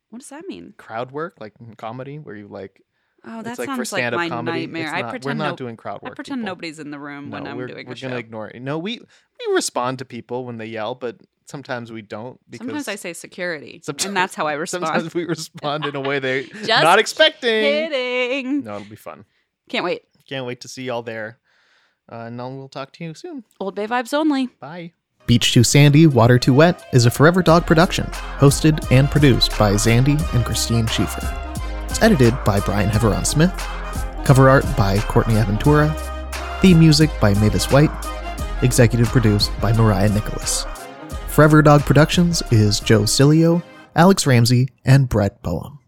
What does that mean?
Crowd work, like in comedy, where you like
Oh, that
it's like for
sounds like
stand-up
my
comedy.
nightmare.
it's
I
not-
pretend
we're not
no-
doing crowd
I
work.
pretend
people.
nobody's in the room when
No,
I'm
we're,
doing
we're
a show.
gonna ignore it. No, we we respond to people when they yell, but sometimes we don't. Because
Sometimes I say security,
Sometimes-
and that's how I
<laughs>
respond.
Sometimes we respond in a way
<laughs>
they're
Just
not expecting.
Kidding.
No, it'll be fun.
Can't wait.
Can't wait to see y'all there. Uh, and I'll- we'll talk to you soon.
Old Bay vibes only.
Bye. Beach Too Sandy, Water Too Wet is a Forever Dog production, hosted and produced by Zandy and Christine Schieffer. It's edited by Brian Heveron Smith, cover art by Courtney Aventura, theme music by Mavis White, executive produced by Mariah Nicholas. Forever Dog Productions is Joe Cilio, Alex Ramsey, and Brett Boehm.